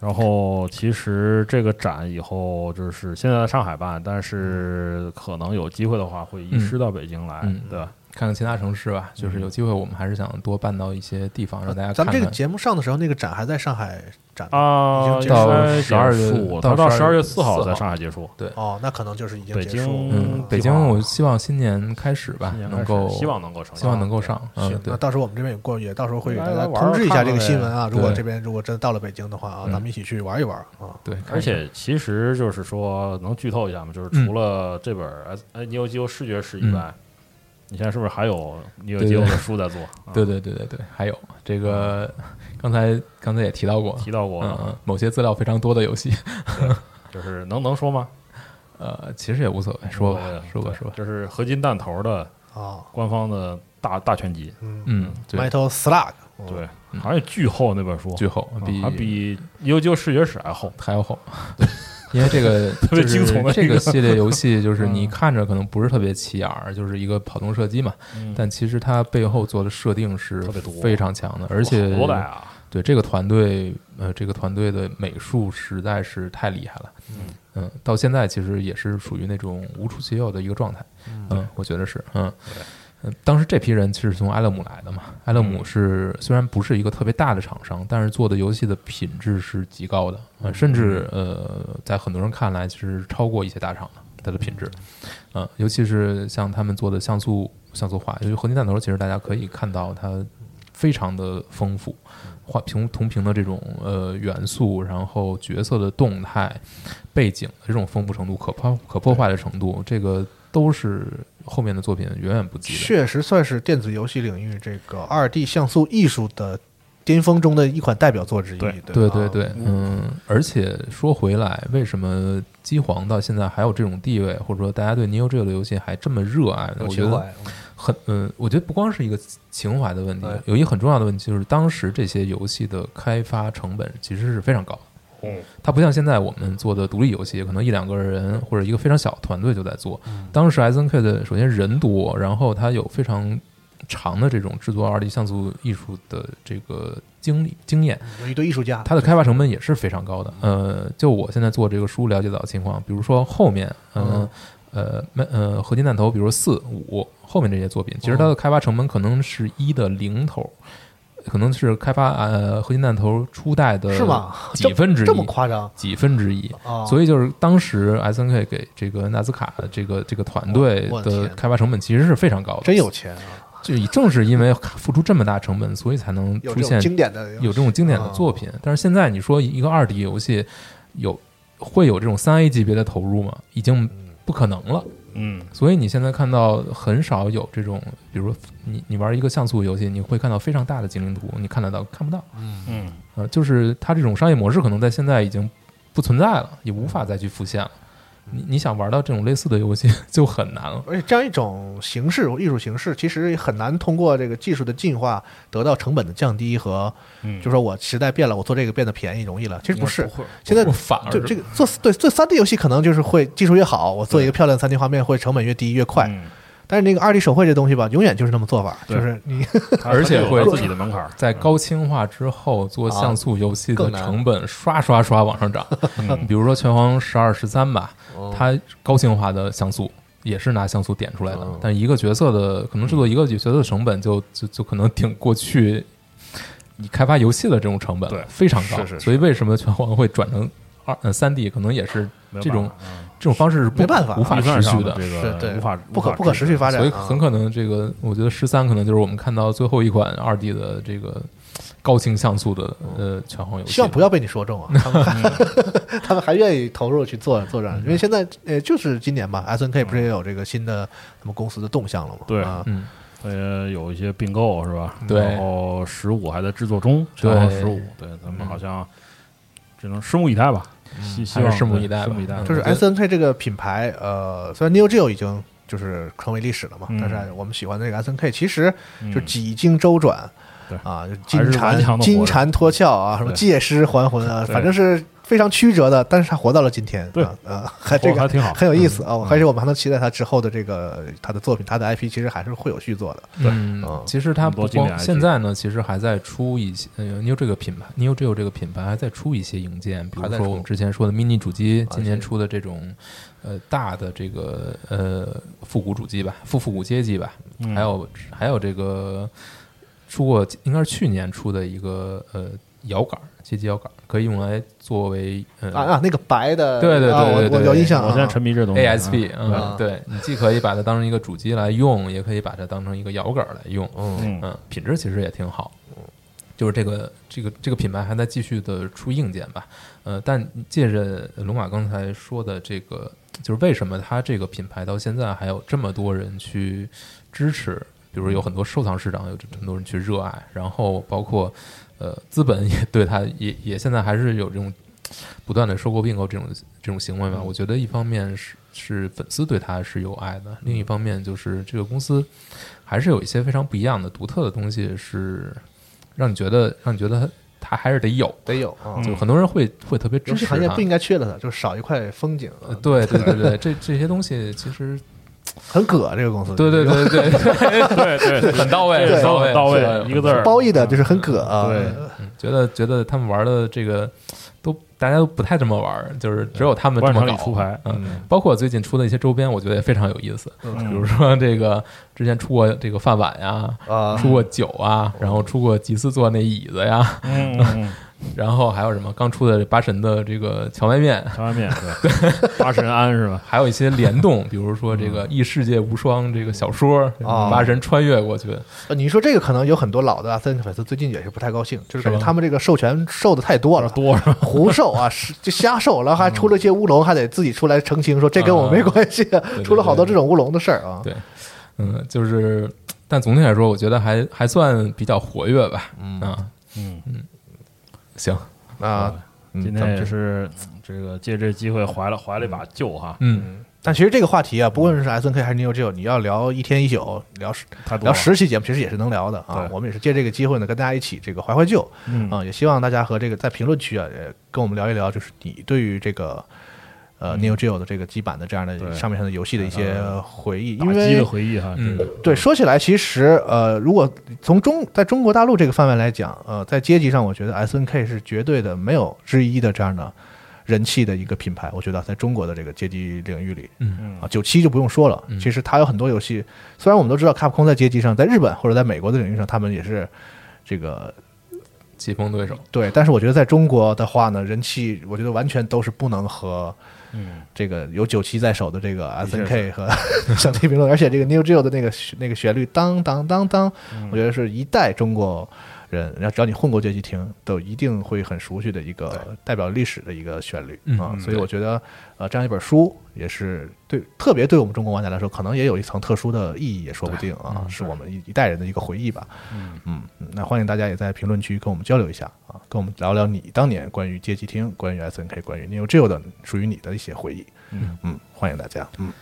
G: 然后其实这个展以后就是现在在上海办，但是可能有机会的话会移师到北京来，
F: 嗯
G: 对吧？
F: 看看其他城市吧，就是有
G: 嗯
F: 机会我们还是想多办到一些地方，让大家
E: 呃咱
F: 看
E: 们这个
F: 看。
E: 节目上的时候，那个展还在上海展
F: 嗯
E: 呢
G: 啊，
E: 已经
G: 应
E: 结束
F: 了
G: 该
F: 12月
G: 束，
F: 到
G: 它到
F: 12
G: 12月4
F: 4
G: 号
F: 号
G: 在上海结束。
E: 哦，那可能就是已经
G: 北
E: 结束了啊
G: 京
F: 嗯，北京，我希望新年开始吧
G: 今，年开
F: 能
G: 始
F: 够
G: 希望能啊够成，
F: 希望能够。上。嗯
E: 行，，
F: 对
E: 那，到时候我们这边也过，也到时候会给大
G: 来
E: 家
G: 来玩玩
E: 通知一下
G: 看
E: 这个
G: 看
E: 新闻啊。如果
F: 对
E: 这边如果真的到了北京的话啊，咱们一起去玩一玩啊。
F: 对，看
G: 而且其实就是说，能剧透一下吗？就是
F: 嗯
G: 除了这本《呃尼欧基欧视觉史》以外，你现在是不是还有尼欧基欧的书在做？ 啊
F: 对对对对对，还有这个，刚才刚才也提到过，
G: 提到过
F: 嗯
G: 的，
F: 嗯，某些资料非常多的游戏，
G: 就是能能说吗？
F: 呃，其实也无所谓，说吧，说吧，
G: 对
F: 说吧，
G: 就是合金弹头的
E: 啊，
G: 官方的大大全集，
F: 嗯，对，
E: Metal Slug，嗯
G: 对，好像也巨厚那本书，
F: 巨厚，
G: 啊
F: 比
G: 还比《幽究视觉史》还厚。
F: 还要厚， 因为 这个特
G: 别惊悚的
F: 这
G: 一个嗯
F: 个系列游戏，就是你看着可能不是特别起眼儿，就是一个跑动射击嘛，但其实它背后做的设定是
G: 嗯特别多
F: 非常强的，而且
G: 好多代啊，
F: 对这个团队，呃，这个团队的美术实在是太厉害了。嗯到现在其实也是属于那种无出其右的一个状态。嗯，我觉得是，嗯。嗯当时这批人其实是从埃勒姆来的嘛，埃勒姆是虽然不是一个特别大的厂商，但是做的游戏的品质是极高的，呃、甚至呃，在很多人看来，其实超过一些大厂的它的品质。嗯，尤其是像他们做的像素像素化，就是合金弹头，其实大家可以看到它非常的丰富，画屏同屏的这种呃元素，然后角色的动态、背景的这种丰富程度、可破可破坏的程度，这个都是后面的作品远远不及的。
E: 确实算是电子游戏领域这个二 D 像素艺术的巅峰中的一款代表作之一。
G: 对
E: 对
F: 对
E: 吧
F: 对对，嗯，而且说回来，为什么机皇到现在还有这种地位，或者说大家对《尼欧》这个游戏还这么热爱呢？我觉得很嗯，我觉得不光是一个情怀的问题，有一个很重要的问题就是当时这些游戏的开发成本其实是非常高的。嗯，它不像现在我们做的独立游戏，可能一两个人或者一个非常小的团队就在做。当时 S N K 的首先人多，然后它有非常长的这种制作二 D 像素艺术的这个经历经验，
E: 啊有一堆艺术家，
F: 它的开发成本也是非常高的。呃，就我现在做这个书了解到的情况，比如说后面，嗯呃，麦呃，合金弹头，比如四五后面这些作品，
E: 哦
F: 其实它的开发成本可能是一的零头，可能是开发呃合金弹头初代的
E: 是吗？
F: 几分之一，
E: 这么夸张？
F: 几分之一。
E: 哦
F: 所以就是当时 S N K 给这个纳斯卡的这个这个团队
E: 我我的
F: 的
E: 天
F: 开发成本其实是非常高的，
E: 真有，钱啊！
F: 就正是因为付出这么大成本，所以才能
E: 有这
F: 出
E: 种
F: 现
E: 经典的
F: 有这种经典
G: 啊
F: 的作品。但是现在你说一个二 D 游戏有会有这种三 A 级别的投入吗？已经不可能了。
G: 嗯，
F: 所以你现在看到很少有这种，比如说你你玩一个像素游戏，你会看到非常大的精灵图，你看得到看不到？
G: 嗯，
F: 呃，就是它这种商业模式可能在现在已经不存在了，也无法再去复现了。你你想玩到这种类似的游戏 就很难了。
E: 而且这样一种形式，艺术形式，其实很难通过这个技术的进化得到成本的降低和，就说我时代变了，我做这个变得便宜容易了，其实不是。现在
F: 不反而
E: 就这个做对做三 D 游戏，可能就是会技术越好，我做一个漂亮三 D 画面会成本越低越快。
G: 嗯
E: 但是那个二 D 手绘这东西吧，永远就是那么做法，就是你
G: 它
F: 而且
G: 它就有
F: 会
G: 它自己的门槛儿。
F: 在高清化之后做
G: 啊
F: 像素游戏
E: 更
F: 的
E: 难
F: 成本刷刷刷往 上涨。嗯比如说《拳皇十二十三》吧，
G: 哦
F: 它高清化的像素也是拿像素点出来
G: 嗯
F: 的，但一个角色的可能制作一个角色的成本就就就可能顶过去你开发游戏的这种成本
G: 对
F: 非常高
G: 是是，是
F: 所以为什么拳皇会转成二呃三 D，可能也是
G: 没有
F: 这
G: 办
F: 种
G: 法嗯
F: 这种方式是不
E: 没办法
F: 无法
G: 预算
F: 持续
G: 上
F: 的。
G: 这
E: 是 对
G: 个无法
E: 不可
G: 无法
E: 不可持续发展
F: 所以
E: 啊
F: 很可能这个，我觉得十三可能就是我们看到最后一款二 D 的这个高清像素的呃拳皇游戏。
E: 希望不要被你说中啊！ 他们嗯还他们还愿意投入去做做这样，因为现在呃就是今年吧，S N K 不是也有这个新的他们公司的动向了吗？
G: 对
E: 啊，
F: 嗯，
G: 呃，有一些并购是吧？
F: 对
G: 然后十五还在制作中，
F: 对
G: 十五，对，咱们好像只能拭目以待吧，希希
F: 还
G: 望
F: 是拭目以待吧
G: 拭目以待。
F: 嗯
E: 就是
F: 我觉得
E: S N K 这个品牌，呃，虽然 Neo Geo 已经就是成为历史了嘛，
G: 嗯
E: 但是我们喜欢的这个 S N K 其实
G: 嗯
E: 就几经周转
G: 对，
E: 啊，就
G: 还
E: 金
G: 是顽
E: 蝉
G: 强地活着
E: 金蝉脱壳啊，什么
G: 对
E: 借尸还魂啊，
G: 对
E: 反正是非常曲折的，但是他活到了今天，
G: 对
E: 啊，啊还这个
G: 还挺好嗯
E: 很有意思啊。我还是我们还能期待他之后的这个他的作品，他的 IP 其实还是会有续作的。
F: 嗯
E: 嗯，
F: 其实它
G: 很多
F: 不
G: 经典
F: 光
G: IP
F: 现在呢，其实还在出一些呃 Neo 这个品牌，Neo Geo 这个品牌还在出一些硬件，比
E: 还
F: 如
E: 在
F: 说
E: 出
F: 我
E: 啊
F: 们之前说的 Mini 主机，今
E: 是
F: 年出的这种呃大的这个呃复古主机吧，复复古街机吧，
G: 嗯
F: 还有还有这个出过应该是去年出的一个呃摇杆儿街机摇杆儿，可以用来作为呃
E: 啊啊，那个白的，
F: 对对对
E: 啊我
F: 对对
E: 我有印象啊。
G: 我现在沉迷这东西啊
F: ASP，嗯，对你既可以把它当成一个主机来用，也可以把它当成一个摇杆儿来用，
G: 嗯
F: 嗯，品质其实也挺好。就是这个这个这个品牌还在继续的出硬件吧，呃，但借着龙马刚才说的这个，就是为什么它这个品牌到现在还有这么多人去支持，比如有很多收藏市场有很多人去热爱，然后包括呃资本也对它也也现在还是有这种不断的收购并购这种这种行为嘛。我觉得一方面是是粉丝对它是有爱的，另一方面就是这个公司还是有一些非常不一样的独特的东西，是让你觉得让你觉得它还是得有。
E: 得有啊，
G: 嗯
F: 就很多人会会特别支
E: 游戏
F: 持它
E: 行业不应该缺了它，就是少一块风景啊
F: 呃，对对对对，这这些东西其实
E: 很葛这个公司。
F: 对对对对对，
G: 对对，
F: 很到位，
G: 这个
F: 很到位，
G: 到
F: 是的
G: 位，一个字儿
E: 褒义的就是很葛啊。
G: 嗯对
F: 嗯觉得觉得他们玩的这个都大家都不太这么玩儿，就是只有他们这
G: 往
F: 么
G: 厂
F: 搞
G: 里出牌，
F: 嗯，包括最近出的一些周边，我觉得也非常有意思。比如说这个之前出过这个饭碗呀，
E: 啊
F: 出过酒啊，然后出过吉斯做那椅子呀，
G: 嗯嗯，嗯
F: 然后还有什么刚出的八神的这个荞麦面，
G: 荞麦面，对，八神庵是吧？
F: 还有一些联动，比如说这个《异世界无双》这个小说，
E: 啊
F: 八神穿越过去，
E: 呃你说这个可能有很多老的阿森纳粉丝最近也是不太高兴，就是感觉
F: 是吗
E: 他们这个授权授的太多了，
G: 多是吧？
E: 胡授啊，是就瞎授，然后还出了一些乌龙，还得自己出来澄清说这跟我没关系，
F: 对
E: 出了好多这种乌龙的事儿啊。
F: 对，嗯，就是，但总体来说，我觉得还还算比较活跃吧，啊，
G: 嗯
F: 嗯，行，
E: 啊，嗯
G: 今
E: 咱
G: 天
E: 们
G: 也
E: 这
G: 是嗯这个借这机会怀了怀了一把旧哈，
F: 嗯，
E: 但其实这个话题啊，不论是 S N K 还是 Neo Geo，你要聊一天一宿，聊十
G: 太多
E: 聊
G: 了，
E: 十期节目，其实也是能聊的啊
G: 对。
E: 我们也是借这个机会呢，跟大家一起这个怀怀旧
G: 嗯
E: 啊，也希望大家和这个在评论区啊，也跟我们聊一聊，就是你对于这个呃 Neo Geo 的这个基板的这样的
G: 嗯对嗯
E: 上面上的游戏的一些回忆，因
G: 打击
E: 为
G: 的回忆哈，
F: 嗯
G: 这个
E: 对，说起来，其实呃，如果从中在中国大陆这个范围来讲，呃，在阶级上，我觉得 S N K 是绝对的没有之一的这样的人气的一个品牌。我觉得啊在中国的这个阶级领域里，
F: 嗯
E: 啊，九七就不用说了，
G: 嗯
E: 其实它有很多游戏，虽然我们都知道 Capcom 在阶级上，在日本或者在美国的领域上，他们也是这个
F: 棋逢对手，
E: 对，但是我觉得在中国的话呢，人气我觉得完全都是不能和。这个有九七在手的这个 S N K 和 想听评论，而且这个 New Geo 的那个旋那个旋律当当当当，我觉得是一代中国人，然后只要你混过街机厅，都一定会很熟悉的一个代表历史的一个旋律
F: 嗯
E: 啊。
F: 嗯
E: 所以
F: 对
E: 我觉得呃，这样一本书也是对特别对我们中国玩家来说，可能也有一层特殊的意义，也说不定啊，是我们一一代人的一个回忆吧。嗯，嗯那欢迎大家也在评论区跟我们交流一下啊，跟我们聊聊你当年关于街机厅、关于 S N K、关于 Neo Geo 的属于你的一些回忆。嗯嗯，欢迎大家。嗯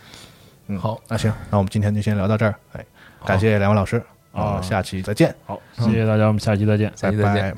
E: 嗯，
F: 好，
E: 那行，那我们今天就先聊到这儿。哎，感谢两位老师，
G: 好
E: 啊，下期再见，
G: 好，谢谢大家，我们下期再见。
F: 下期再
E: 拜
F: 见
E: 拜。